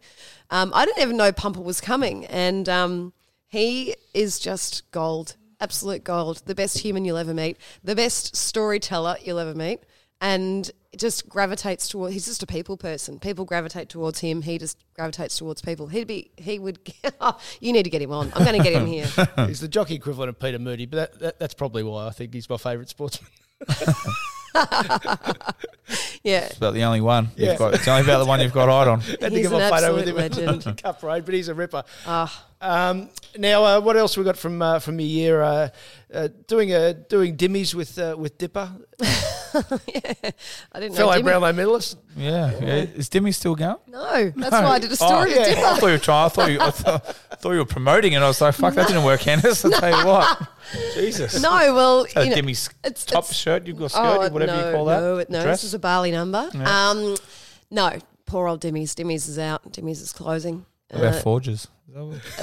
Um, I didn't even know Pumper was coming. And um, he is just gold, absolute gold, the best human you'll ever meet, the best storyteller you'll ever meet, and just gravitates toward. He's just a people person. People gravitate towards him. He just gravitates towards people. He'd be. He would. oh, you need to get him on. I'm going to get him here. He's the jockey equivalent of Peter Moody, but that, that, that's probably why I think he's my favourite sportsman. Yeah. It's about the only one Yeah. you've got. It's only about the one you've got eyed on. Had He's to give an a photo with him absolute at the legend. Ah. cup parade, but he's a ripper. Um, now, uh, what else we got from uh, from your year? Uh, uh, doing uh, doing dimmies with uh, with Dipper, I didn't know. fellow Jimmy- Brownlow medalist. Yeah, yeah. Is Dimmy still going? No, that's why I did a story. Oh, with I thought you were trying. I thought you, I thought, I thought you were promoting it. I was like, fuck, that didn't work, Candice. I'll tell you what. Jesus. Jim. No, well, Uh, you know, Dimmy's it's- top it's- Oh, shirt, you've got skirt, whatever no, you call that. No, it- no, dress. this is a Bali number. Um, no, poor old Dimmy's. Dimmy's is out. Dimmy's is closing. What about Uh, Forges? No,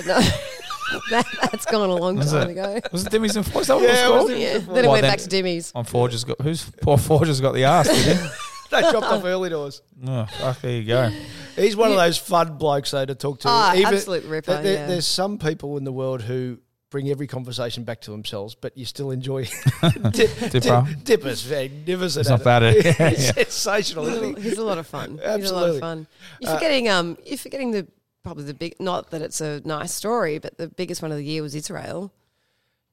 that, that's gone a long Is time it? ago. Was it Dimmy's and Forges? Is that what Yeah, it it was was called? Dimmy's Yeah. and Then it Well, went then- back to Dimmy's. On Forges got who's poor Forges got the ass, did he? They dropped off early doors. Oh, fuck, there you go. He's one of those fun blokes though to talk to. Ah, absolute ripper, there- there- yeah. There's some people in the world who bring every conversation back to themselves, but you still enjoy Di- Dipper. Di- Dipper's magnificent. He's not at bad at it. He's Yeah. sensational, He's isn't a- he? He's a lot of fun. He's a lot Absolutely. Uh, of fun. You're Uh, forgetting um you're forgetting the probably the big not that it's a nice story, but the biggest one of the year was Israel.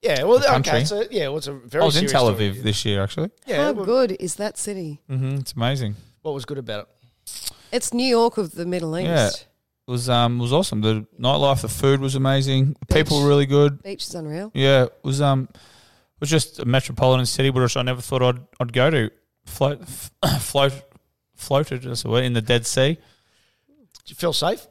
Yeah, well, The okay. country. So, yeah, well, it's a very I was in serious Tel story. Aviv this year, actually. Yeah, How well, good is that city? Mm-hmm. It's amazing. what was good about it? It's New York of the Middle East. Yeah. It was um it was awesome. The nightlife, the food was amazing. The people Beach. were really good. Beach is unreal. Yeah, it was um it was just a metropolitan city which I never thought I'd I'd go to. Float f- float floated that's the word in the Dead Sea. Did you feel safe?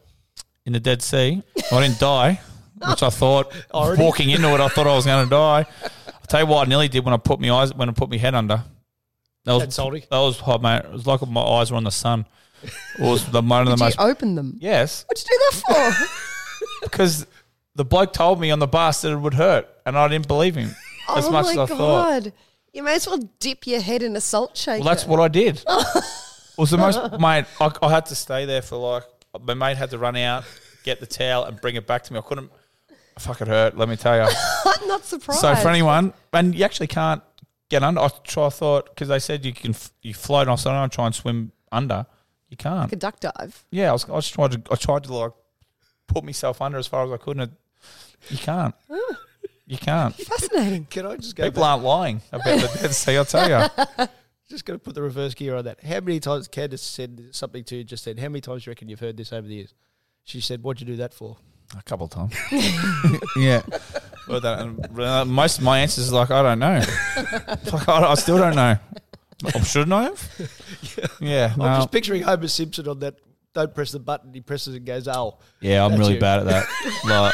In the Dead Sea. I didn't die, which I thought Already? walking into it I thought I was gonna die. I'll tell you what I nearly did when I put my eyes when I put my head under. That was That's salty. That was hot, mate. It was like my eyes were on the sun. It was the one of the Did you Oh. most open them? Yes. What'd you do that for? because the bloke told me on the bus that it would hurt, and I didn't believe him as oh much my as I God. thought. You may as well dip your head in a salt shaker. Well, that's what I did. it was the most, mate. I, I had to stay there for like my mate had to run out, get the towel, and bring it back to me. I couldn't. Fuck it hurt. Let me tell you. I'm not surprised. So for anyone, and you actually can't get under. I try. I thought because they said you can f- you float. And I said I don't try and swim under. You can't. Like a duck dive. Yeah, I was. I just tried to. I tried to like put myself under as far as I could, and it, you can't. You can't. Fascinating. Can I just go? People back? aren't lying about the Dead Sea, I'll tell you. Just going to put the reverse gear on that. How many times Candace said something to you? Just said, how many times do you reckon you've heard this over the years? She said, "What'd you do that for?" A couple of times. yeah. Well, that, and, uh, most of my answers are like, I don't know. Fuck, I, I still don't know. Well, Shouldn't I have? Yeah. I'm well, just picturing Homer Simpson on that. Don't press the button. He presses and goes, "Oh, yeah, I'm That's really you. bad at that. Like,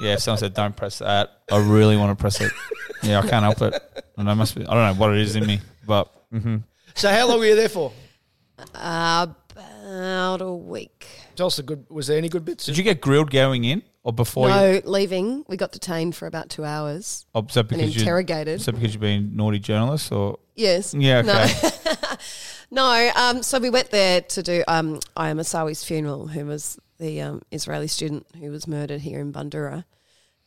yeah, if someone said, don't press that, I really want to press it. Yeah, I can't help it. And I must be, I don't know what it is in me, but hmm So how long were you there for? About a week. Tell us the good. Was there any good bits? Did you get grilled going in or before you? no, leaving. We got detained for about two hours Oh, is that and because you? interrogated. Is that because you've been naughty journalists or? yes. Yeah, No. okay. No, um, so we went there to do um, Ayam Asawi's funeral, who was the um, Israeli student who was murdered here in Bandura.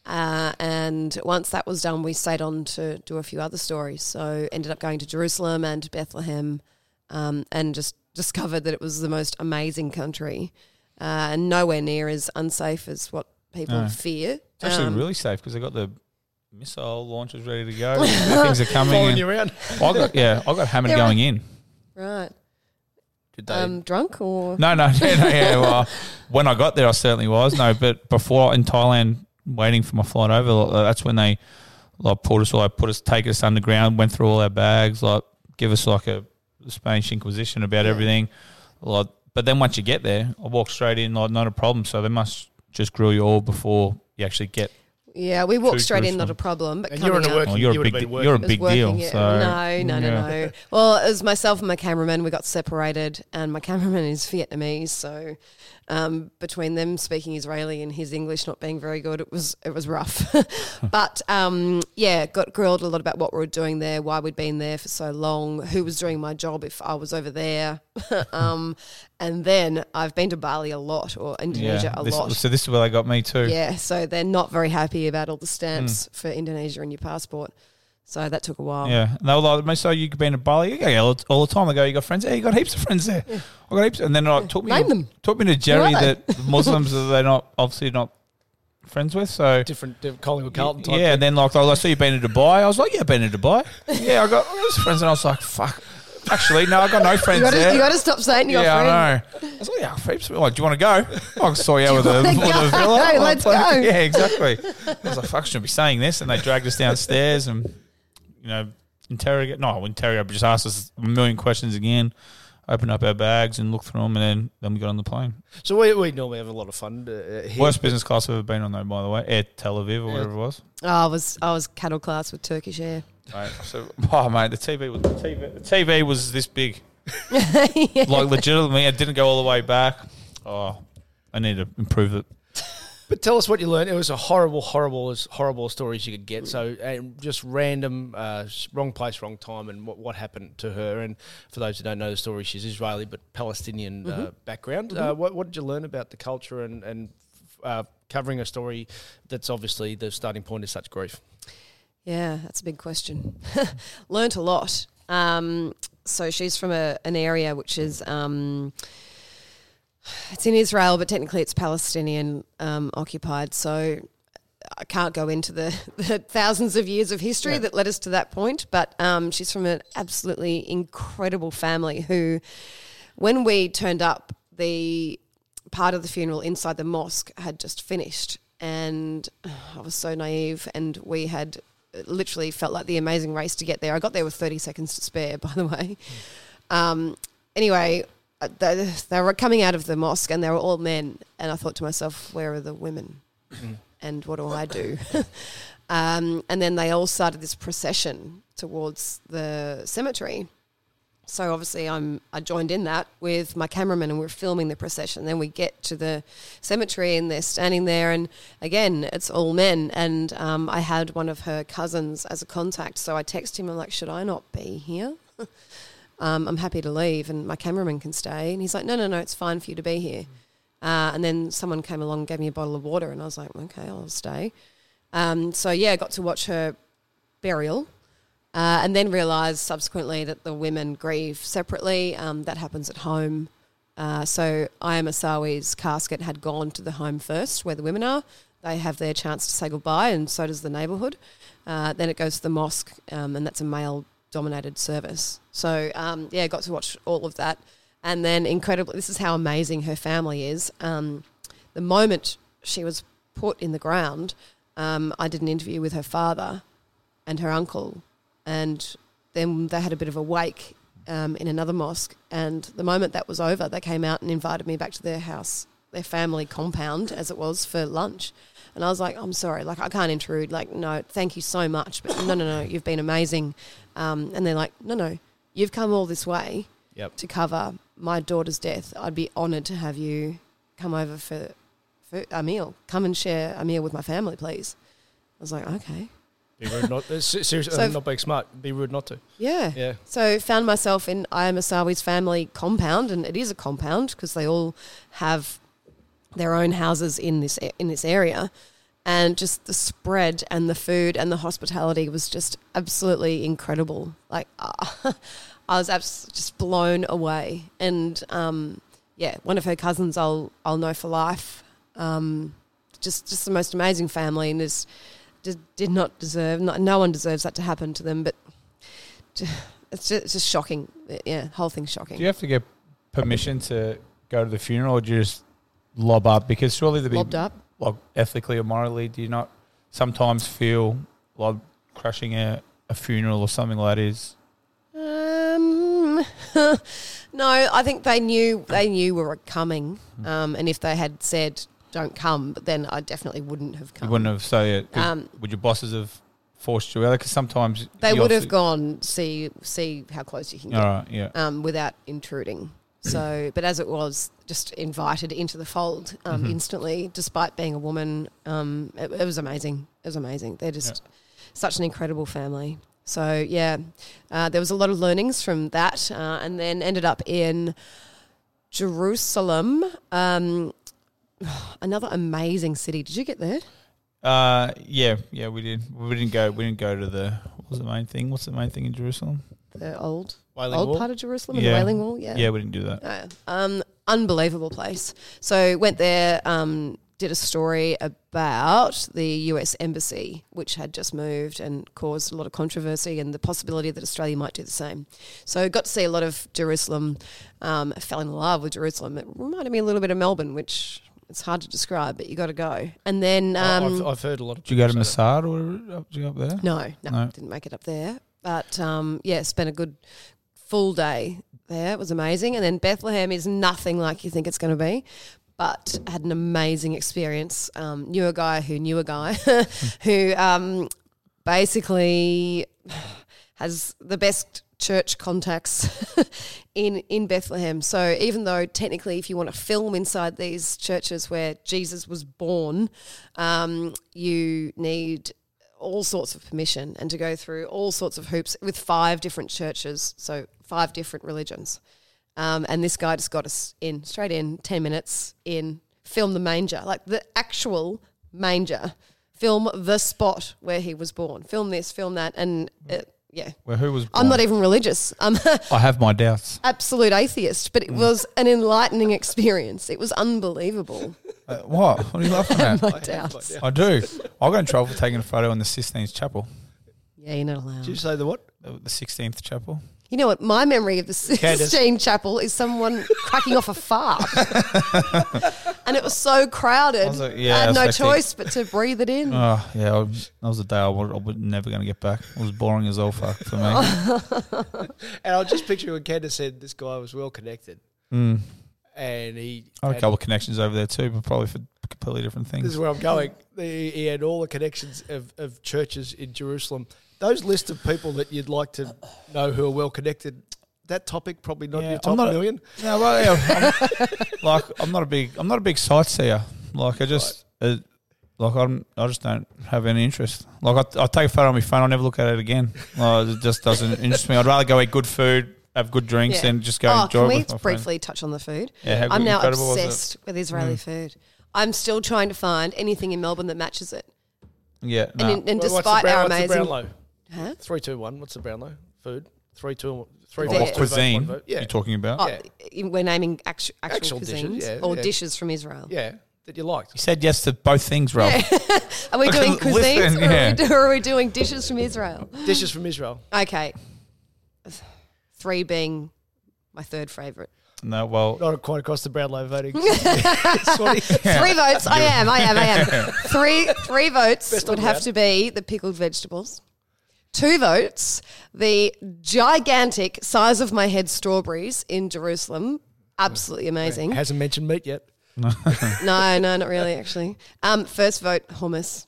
Uh, and once that was done, we stayed on to do a few other stories. So ended up going to Jerusalem and Bethlehem, um, and just discovered that it was the most amazing country, uh, and nowhere near as unsafe as what people No. fear. It's actually Um, really safe because they got the missile launchers ready to go. things are coming. following in. you around? I got yeah, I got hammered They're going in. right. Did they? Um, drunk or No, no, yeah, no, yeah. Well, when I got there, I certainly was no, but before in Thailand, waiting for my flight over, like, that's when they like pulled us all, like, put us, take us underground, went through all our bags, like give us like a Spanish Inquisition about everything. Like, but then once you get there, I walk straight in, like not a problem. So they must just grill you all before you actually get. yeah, we walked To straight in, Jerusalem. not a problem. But and you're on coming a up- work. Oh, you're you a would've big, been working. you're a It was big deal. working, yeah. So mm, no, no, yeah. no, no. Well, it was myself and my cameraman. We got separated, and my cameraman is Vietnamese, so um, between them speaking Israeli and his English not being very good, it was it was rough. but um, yeah, got grilled a lot about what we were doing there, why we'd been there for so long, who was doing my job if I was over there, um, and then I've been to Bali a lot or Indonesia a this- lot. So this is where they got me too. Yeah, so they're not very happy about all the stamps for Indonesia in your passport. So that took a while. Mm. Yeah, and they were like, "Mate, so you've been to Bali? Yeah, yeah, all, all the time. I go, you got friends there? You got heaps of friends there. I got heaps. And then I took me, Name them. took me to Jerry are they? that Muslims that they're not obviously not friends with. So Different, different Collingwood Carlton type. yeah, and then like, I saw you been to Dubai. I was like, yeah, been to Dubai. yeah, I got all those friends, and I was like, fuck. Actually, no, I got no friends You gotta, there. you gotta stop saying you yeah, got I know. I was like, yeah, heaps. of- Like, do you want to go? I saw you with a, wanna with a go? villa. Like, Let's like, go. Yeah, exactly. I was like, fuck, shouldn't be saying this. And they dragged us downstairs and, you know, interrogate. No, interrogate, but just asked us a million questions again, opened up our bags and looked through them. And then, then we got on the plane. So we, we normally have a lot of fun uh, here. Worst business class I've ever been on, though, by the way. Air Tel Aviv or whatever it was. friends. Oh, I was I was cattle class with Turkish Air. Mate, so, oh, mate, the TV was, the TV, the TV was this big. Like, legitimately, it didn't go all the way back. Oh, I need to improve it. But tell us what you learned. It was a horrible, horrible, as horrible stories you could get. So and just random, uh, s- wrong place, wrong time, and what, what happened to her. And for those who don't know the story, she's Israeli but Palestinian uh, background. Uh, what, what did you learn about the culture and and uh, covering a story that's obviously the starting point is such grief? Yeah, that's a big question. Learnt a lot. Um, so she's from a, an area which is um, it's in Israel, but technically it's Palestinian um, occupied. So I can't go into the, the thousands of years of history that led us to that point, but um, she's from an absolutely incredible family who, when we turned up, the part of the funeral inside the mosque had just finished. And I was so naive, and we had literally felt like the amazing race to get there. I got there with 30 seconds to spare, by the way. Um, anyway, uh, they, they were coming out of the mosque and they were all men. And I thought to myself, where are the women? and what do I do? um, and then they all started this procession towards the cemetery. So obviously, I'm I joined in that with my cameraman, and we're filming the procession. Then we get to the cemetery, and they're standing there, and again, it's all men. And um, I had one of her cousins as a contact, so I text him. I'm like, should I not be here? um, I'm happy to leave, and my cameraman can stay. And he's like, no, no, no, it's fine for you to be here. Uh, and then someone came along, and gave me a bottle of water, and I was like, okay, I'll stay. Um, so yeah, I got to watch her burial. Uh, and then realised subsequently that the women grieve separately. Um, that happens at home. Uh, so Aya Masawi's casket had gone to the home first, where the women are. They have their chance to say goodbye, and so does the neighbourhood. Uh, then it goes to the mosque, um, and that's a male-dominated service. So um, yeah, got to watch all of that, and then incredible. This is how amazing her family is. Um, the moment she was put in the ground, um, I did an interview with her father and her uncle, and then they had a bit of a wake um, in another mosque. And the moment that was over, they came out and invited me back to their house, their family compound, as it was, for lunch. And I was like, I'm sorry, like I can't intrude. Like, no, thank you so much, but no, no, no, you've been amazing. Um, and they're like, no, no, you've come all this way Yep. to cover my daughter's death. I'd be honoured to have you come over for, for a meal. Come and share a meal with my family, please. I was like, okay. Be rude not. uh, se- Seriously, So- uh, not being smart. Be rude not to. Yeah. Yeah. So found myself in Aya Masawi's family compound, and it is a compound because they all have their own houses in this in this area, and just the spread and the food and the hospitality was just absolutely incredible. Like ah, I was abs- just blown away, and um, yeah, one of her cousins I'll I'll know for life. Um, just just the most amazing family, and is did, did not deserve. Not, no one deserves that to happen to them, but it's just, it's just shocking. Yeah, whole thing's shocking. Do you have to get permission to go to the funeral, or do you just lob up? Because surely the Lobbed up. like ethically or morally, do you not sometimes feel like crashing a, a funeral or something like that is? Um, no, I think they knew they knew we were coming. Hmm. Um, and if they had said don't come, but then I definitely wouldn't have come. You wouldn't have so. Yeah, 'cause Um, would your bosses have forced you out? Because sometimes They you would have obviously- gone see see how close you can get. All right, yeah. um, without intruding. So, but as it was, just invited into the fold um, instantly, despite being a woman. Um, it, it was amazing. It was amazing. They're just such an incredible family. So, yeah, uh, there was a lot of learnings from that, uh, and then ended up in Jerusalem, um, another amazing city. Did you get there? Uh, yeah, yeah. We did. We didn't go. We didn't go to the. What was the main thing? What's the main thing in Jerusalem? The old Wailing old Wall? part of Jerusalem, the Wailing Wall. Yeah, we didn't do that. No. Um, unbelievable place. So went there, um, did a story about the US embassy, which had just moved and caused a lot of controversy and the possibility that Australia might do the same. So got to see a lot of Jerusalem, um, fell in love with Jerusalem. It reminded me a little bit of Melbourne, which it's hard to describe, but you got to go. And then I- um, Oh, I've, I've heard a lot of. Did you go to people say Massad or up, did you go up there? no, no, No. didn't make it up there. But um, yeah, spent a good full day there. It was amazing. And then Bethlehem is nothing like you think it's going to be. But had an amazing experience. Um, knew a guy who knew a guy who um, basically has the best church contacts in in Bethlehem. So even though technically, if you want to film inside these churches where Jesus was born, um, you need all sorts of permission and to go through all sorts of hoops with five different churches, so five different religions. Um, and this guy just got us in straight in, 10 minutes in, film the manger, like the actual manger, film the spot where he was born, film this, film that. And uh yeah, Well, who was? I'm born? not even religious. I'm I have my doubts. Mm. absolute atheist, but it was an enlightening experience. It was unbelievable. Uh, what? What are you laughing at? Oh My doubts. I do. I got in trouble for taking a photo in the Sistine Chapel, Yeah, you're not allowed. Did you say the what? the the 16th Chapel. You know what? My memory of the Candace. Sistine Chapel is someone cracking off a fart. and it was so crowded. Was it? Yeah, I it had no was hectic. choice but to breathe it in. Oh, yeah. I, was- that was a day I was, I was never going to get back. It was boring as all fuck for me. Oh. And I just picture when Candace said this guy was well connected, Hmm. and he. I had a and couple of connections over there too, but probably for completely different This is things. where I'm going. He, he had all the connections of, of churches in Jerusalem. Those list of people that you'd like to know who are well connected. That topic probably not your top not million. A, no, well, yeah, I'm- like I'm not a big I'm not a big sightseer. Like I just uh, like I'm I just don't have any interest. Like I, I take a photo on my phone, I'll never look at it again. Like, it just doesn't interest me. I'd rather go eat good food, have good drinks, Yeah. and just go oh, enjoy Can it we with my friends. briefly touch on the food? Yeah, how I'm good- now incredible was it? Mm. obsessed with Israeli food. I'm still trying to find anything in Melbourne that matches it. Yeah, And, no. in, and Well, what's the despite Brown- our what's the amazing, Brownlow? Huh? Three, two, one. What's the Brownlow food? Three, two, one- three. Oh, votes, what two votes, one cuisine vote. Yeah, you're talking about? oh, Yeah. i- we're naming actu- actual, Actual dishes, cuisines yeah, or yeah. dishes from Israel. yeah, that you You liked. said yes to both things, Ralph. Are we doing Listen, cuisines or, are yeah. we do, or are we doing dishes from Israel? Dishes from Israel. Okay. Three being my third favourite. No, well, Not quite across the Brownlow voting. Sorry. Three votes. I am. I am. I am. Three three votes Best would on have that. to be the pickled vegetables. Two votes, the gigantic size of my head strawberries in Jerusalem. Absolutely amazing. Hasn't mentioned meat yet. No, no, not really, actually. Um, first vote, hummus.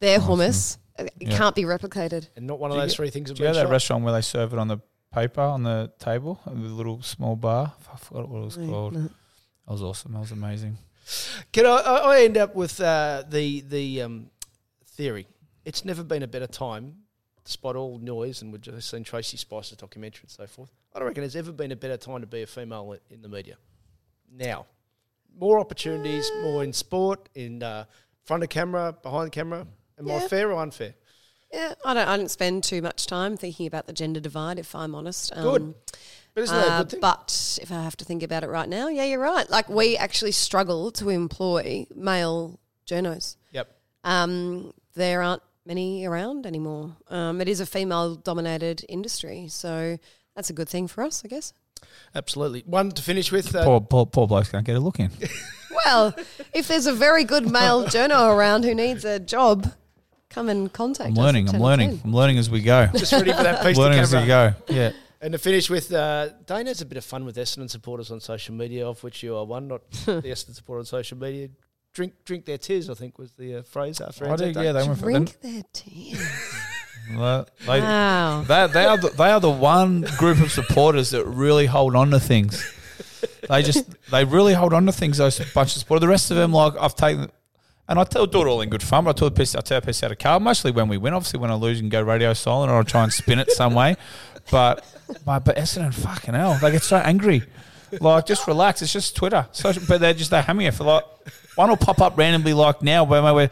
Their hummus. It can't be replicated. And not one of Do you those get- three things have do you been know that shot. restaurant where they serve it on the paper on the table with a little small bar? I forgot what it was called. That was awesome. That was amazing. Can I, I I end up with uh, the the um, theory? It's never been a better time, despite all noise, and we've just seen Tracy Spicer's documentary and so forth. I don't reckon there's ever been a better time to be a female i- in the media. Now, more opportunities, more in sport, in uh, front of camera, behind camera. Am I Yeah. fair or unfair? Yeah, I don't. I didn't spend too much time thinking about the gender divide, if I'm honest. Um, Good. But isn't that a Uh, good thing? But if I have to think about it right now, yeah, you're right. Like we actually struggle to employ male journos. yep. Um, there aren't many around anymore. Um, it is a female-dominated industry, so that's a good thing for us, I guess. Absolutely. One to finish with. Uh, poor, poor, poor blokes can't get a look in. Well, if there's a very good male journo around who needs a job, come and contact I'm us. learning. at I'm 10 learning. 10. I'm learning as we go. just ready for that piece to learning as camera. we go. Yeah. And to finish with, uh, Dane has a bit of fun with Essendon supporters on social media, of which you are one, not the Essendon supporter on social media. Drink, drink their tears. I think was the uh, phrase after. I do, Anzac Day. yeah, they went for them. Drink their tea. Well, They, Wow. they, they are the, they are the one group of supporters that really hold on to things. They just they really hold on to things. Those bunch of supporters. The rest of them, like I've taken, and I tell do it all in good fun. But I tell a piece, I tell a piece out of car. Mostly when we win. Obviously, when I lose, you can go radio silent, or I try and spin it some way. But my but Essendon, fucking hell, they get so angry. Like just relax. It's just Twitter. Social, but they're just they hammer you for like one will pop up randomly like now where we're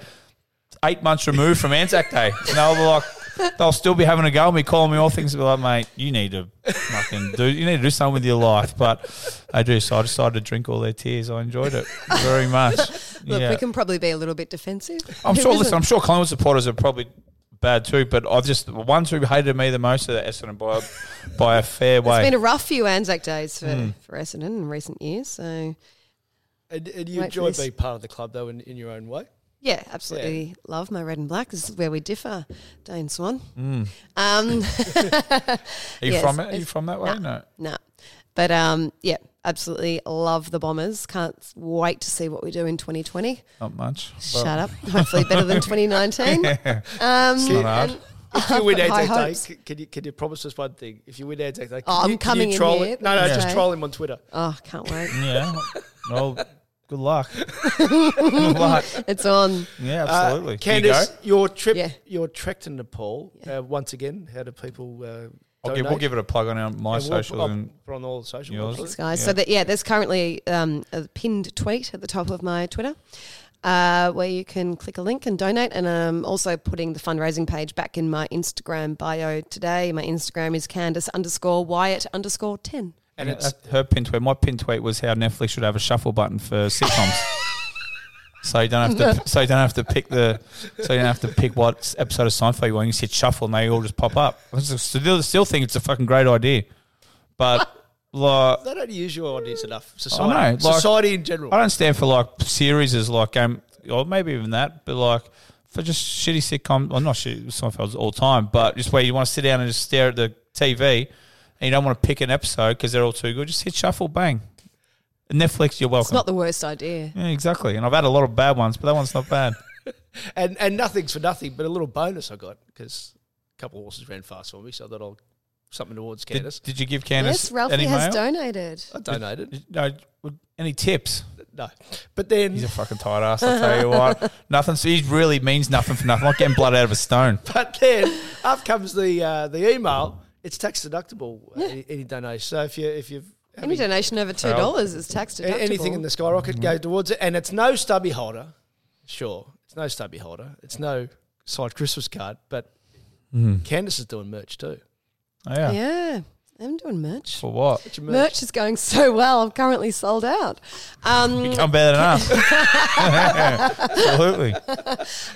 eight months removed from Anzac Day. And they'll be like, they'll still be having a go at me, calling me all things. and Be like, mate, you need to fucking do, you need to do something with your life. But I do. So I decided to drink all their tears. I enjoyed it very much. Look, yeah. we can probably be a little bit defensive. I'm Who sure. isn't? Listen, I'm sure Collingwood supporters are probably bad too. But I've just the ones who hated me the most are the Essendon by by a fair way. It's been a rough few Anzac days for, Hmm. for Essendon in recent years. So, And, and you Wait for enjoy this. being part of the club though, in, in your own way. yeah, absolutely love my red and black. This is where we differ, Dane Swan. Hmm. Um, are you yes, from it? Are you it's- from that way? nah, No. nah. But um, yeah, absolutely love the Bombers. Can't wait to see what we do in 2020. Not much. Shut up. Hopefully better than 2019. Um, not hard. and- If you win High Anzac hopes. Day, c- can you can you promise us one thing? If you win Anzac Day, can Oh, I'm you, coming can in you troll here it? the No, no, next just day. troll him on Twitter. oh, can't wait. Yeah. Well, good luck. good luck. It's on. Yeah, Uh, absolutely. You Candice, go. your trip, Yeah. your trek to Nepal. Uh, once again, how do people? Uh, I'll give, we'll give it a plug on our, my socials I'll and put on all the social. yours. obviously. Thanks, guys. So that yeah, there's currently um, a pinned tweet at the top of my Twitter uh, where you can click a link and donate. And I'm also putting the fundraising page back in my Instagram bio today. My Instagram is Candace underscore Wyatt underscore ten. And and it's her pin tweet. My pin tweet was how Netflix should have a shuffle button for sitcoms. So you don't have to. so you don't have to pick the. So you don't have to pick what episode of Seinfeld you want. You just hit shuffle, and they all just pop up. I still, still think it's a fucking great idea, but like, They don't use your ideas enough. Mm. I Society, know, like- society in general. I don't stand for like series as like game, or maybe even that, but like for just shitty sitcom, well, not shitty Seinfeld's all time, but just where you want to sit down and just stare at the TV, and you don't want to pick an episode because they're all too good. Just hit shuffle, bang. Netflix, you're welcome. It's not the worst idea. yeah, exactly. And I've had a lot of bad ones, but that one's not bad. And and nothing's for nothing, but a little bonus I got because a couple of horses ran fast for me, so I thought I'll something towards did, Candace. did you give Candace Yes, Ralphie any has mail? donated. I donated. No, would- any tips? No, but then He's a fucking tight ass. I tell you what, nothing. So he really means nothing for nothing. Like getting blood out of a stone. But then up comes the uh, the email. It's tax deductible. Uh, any, any donation. So if you if you've Any donation over two dollars is tax a- deductible. anything in the skyrocket Mm-hmm. go towards it, and it's no stubby holder. Sure, it's no stubby holder. It's no side Christmas card. But Candace is doing merch too. Oh, yeah. Yeah, I'm doing merch. For what? It's your merch. is going so well. I'm currently sold out. Um, Become better than us. Absolutely.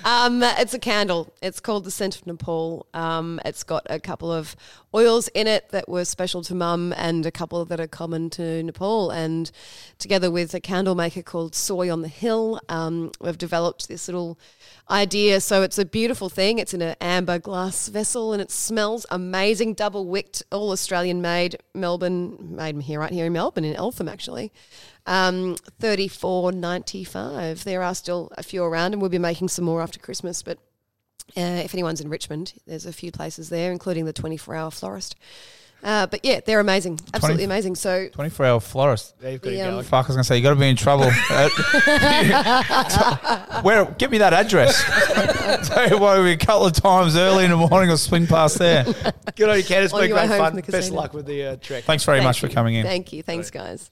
um, it's a candle. It's called the Scent of Nepal. Um, it's got a couple of oils in it that were special to mum and a couple that are common to Nepal. And together with a candle maker called Soy on the Hill, um, we've developed this little idea. So it's a beautiful thing. It's in an amber glass vessel and it smells amazing. Double wicked, all Australian made, Melbourne made here, right here in Melbourne, in Eltham actually. Um, thirty four ninety five. There are still a few around, and we'll be making some more after Christmas. But uh, if anyone's in Richmond, there's a few places there, including the twenty four hour florist. Uh, but yeah, they're amazing, absolutely amazing. So 24 hour florist. They've got to The, go. um, Fuck, I was going to say, you got to be in trouble. Uh, Where? Give me that address. Tell you what, a couple of times early in the morning, I'll swing past there. Good on you, Candace. On Been your way great home fun. from the Best casino. luck with the uh, trek. Thanks very thank much you. for coming in. Thank you, thanks guys.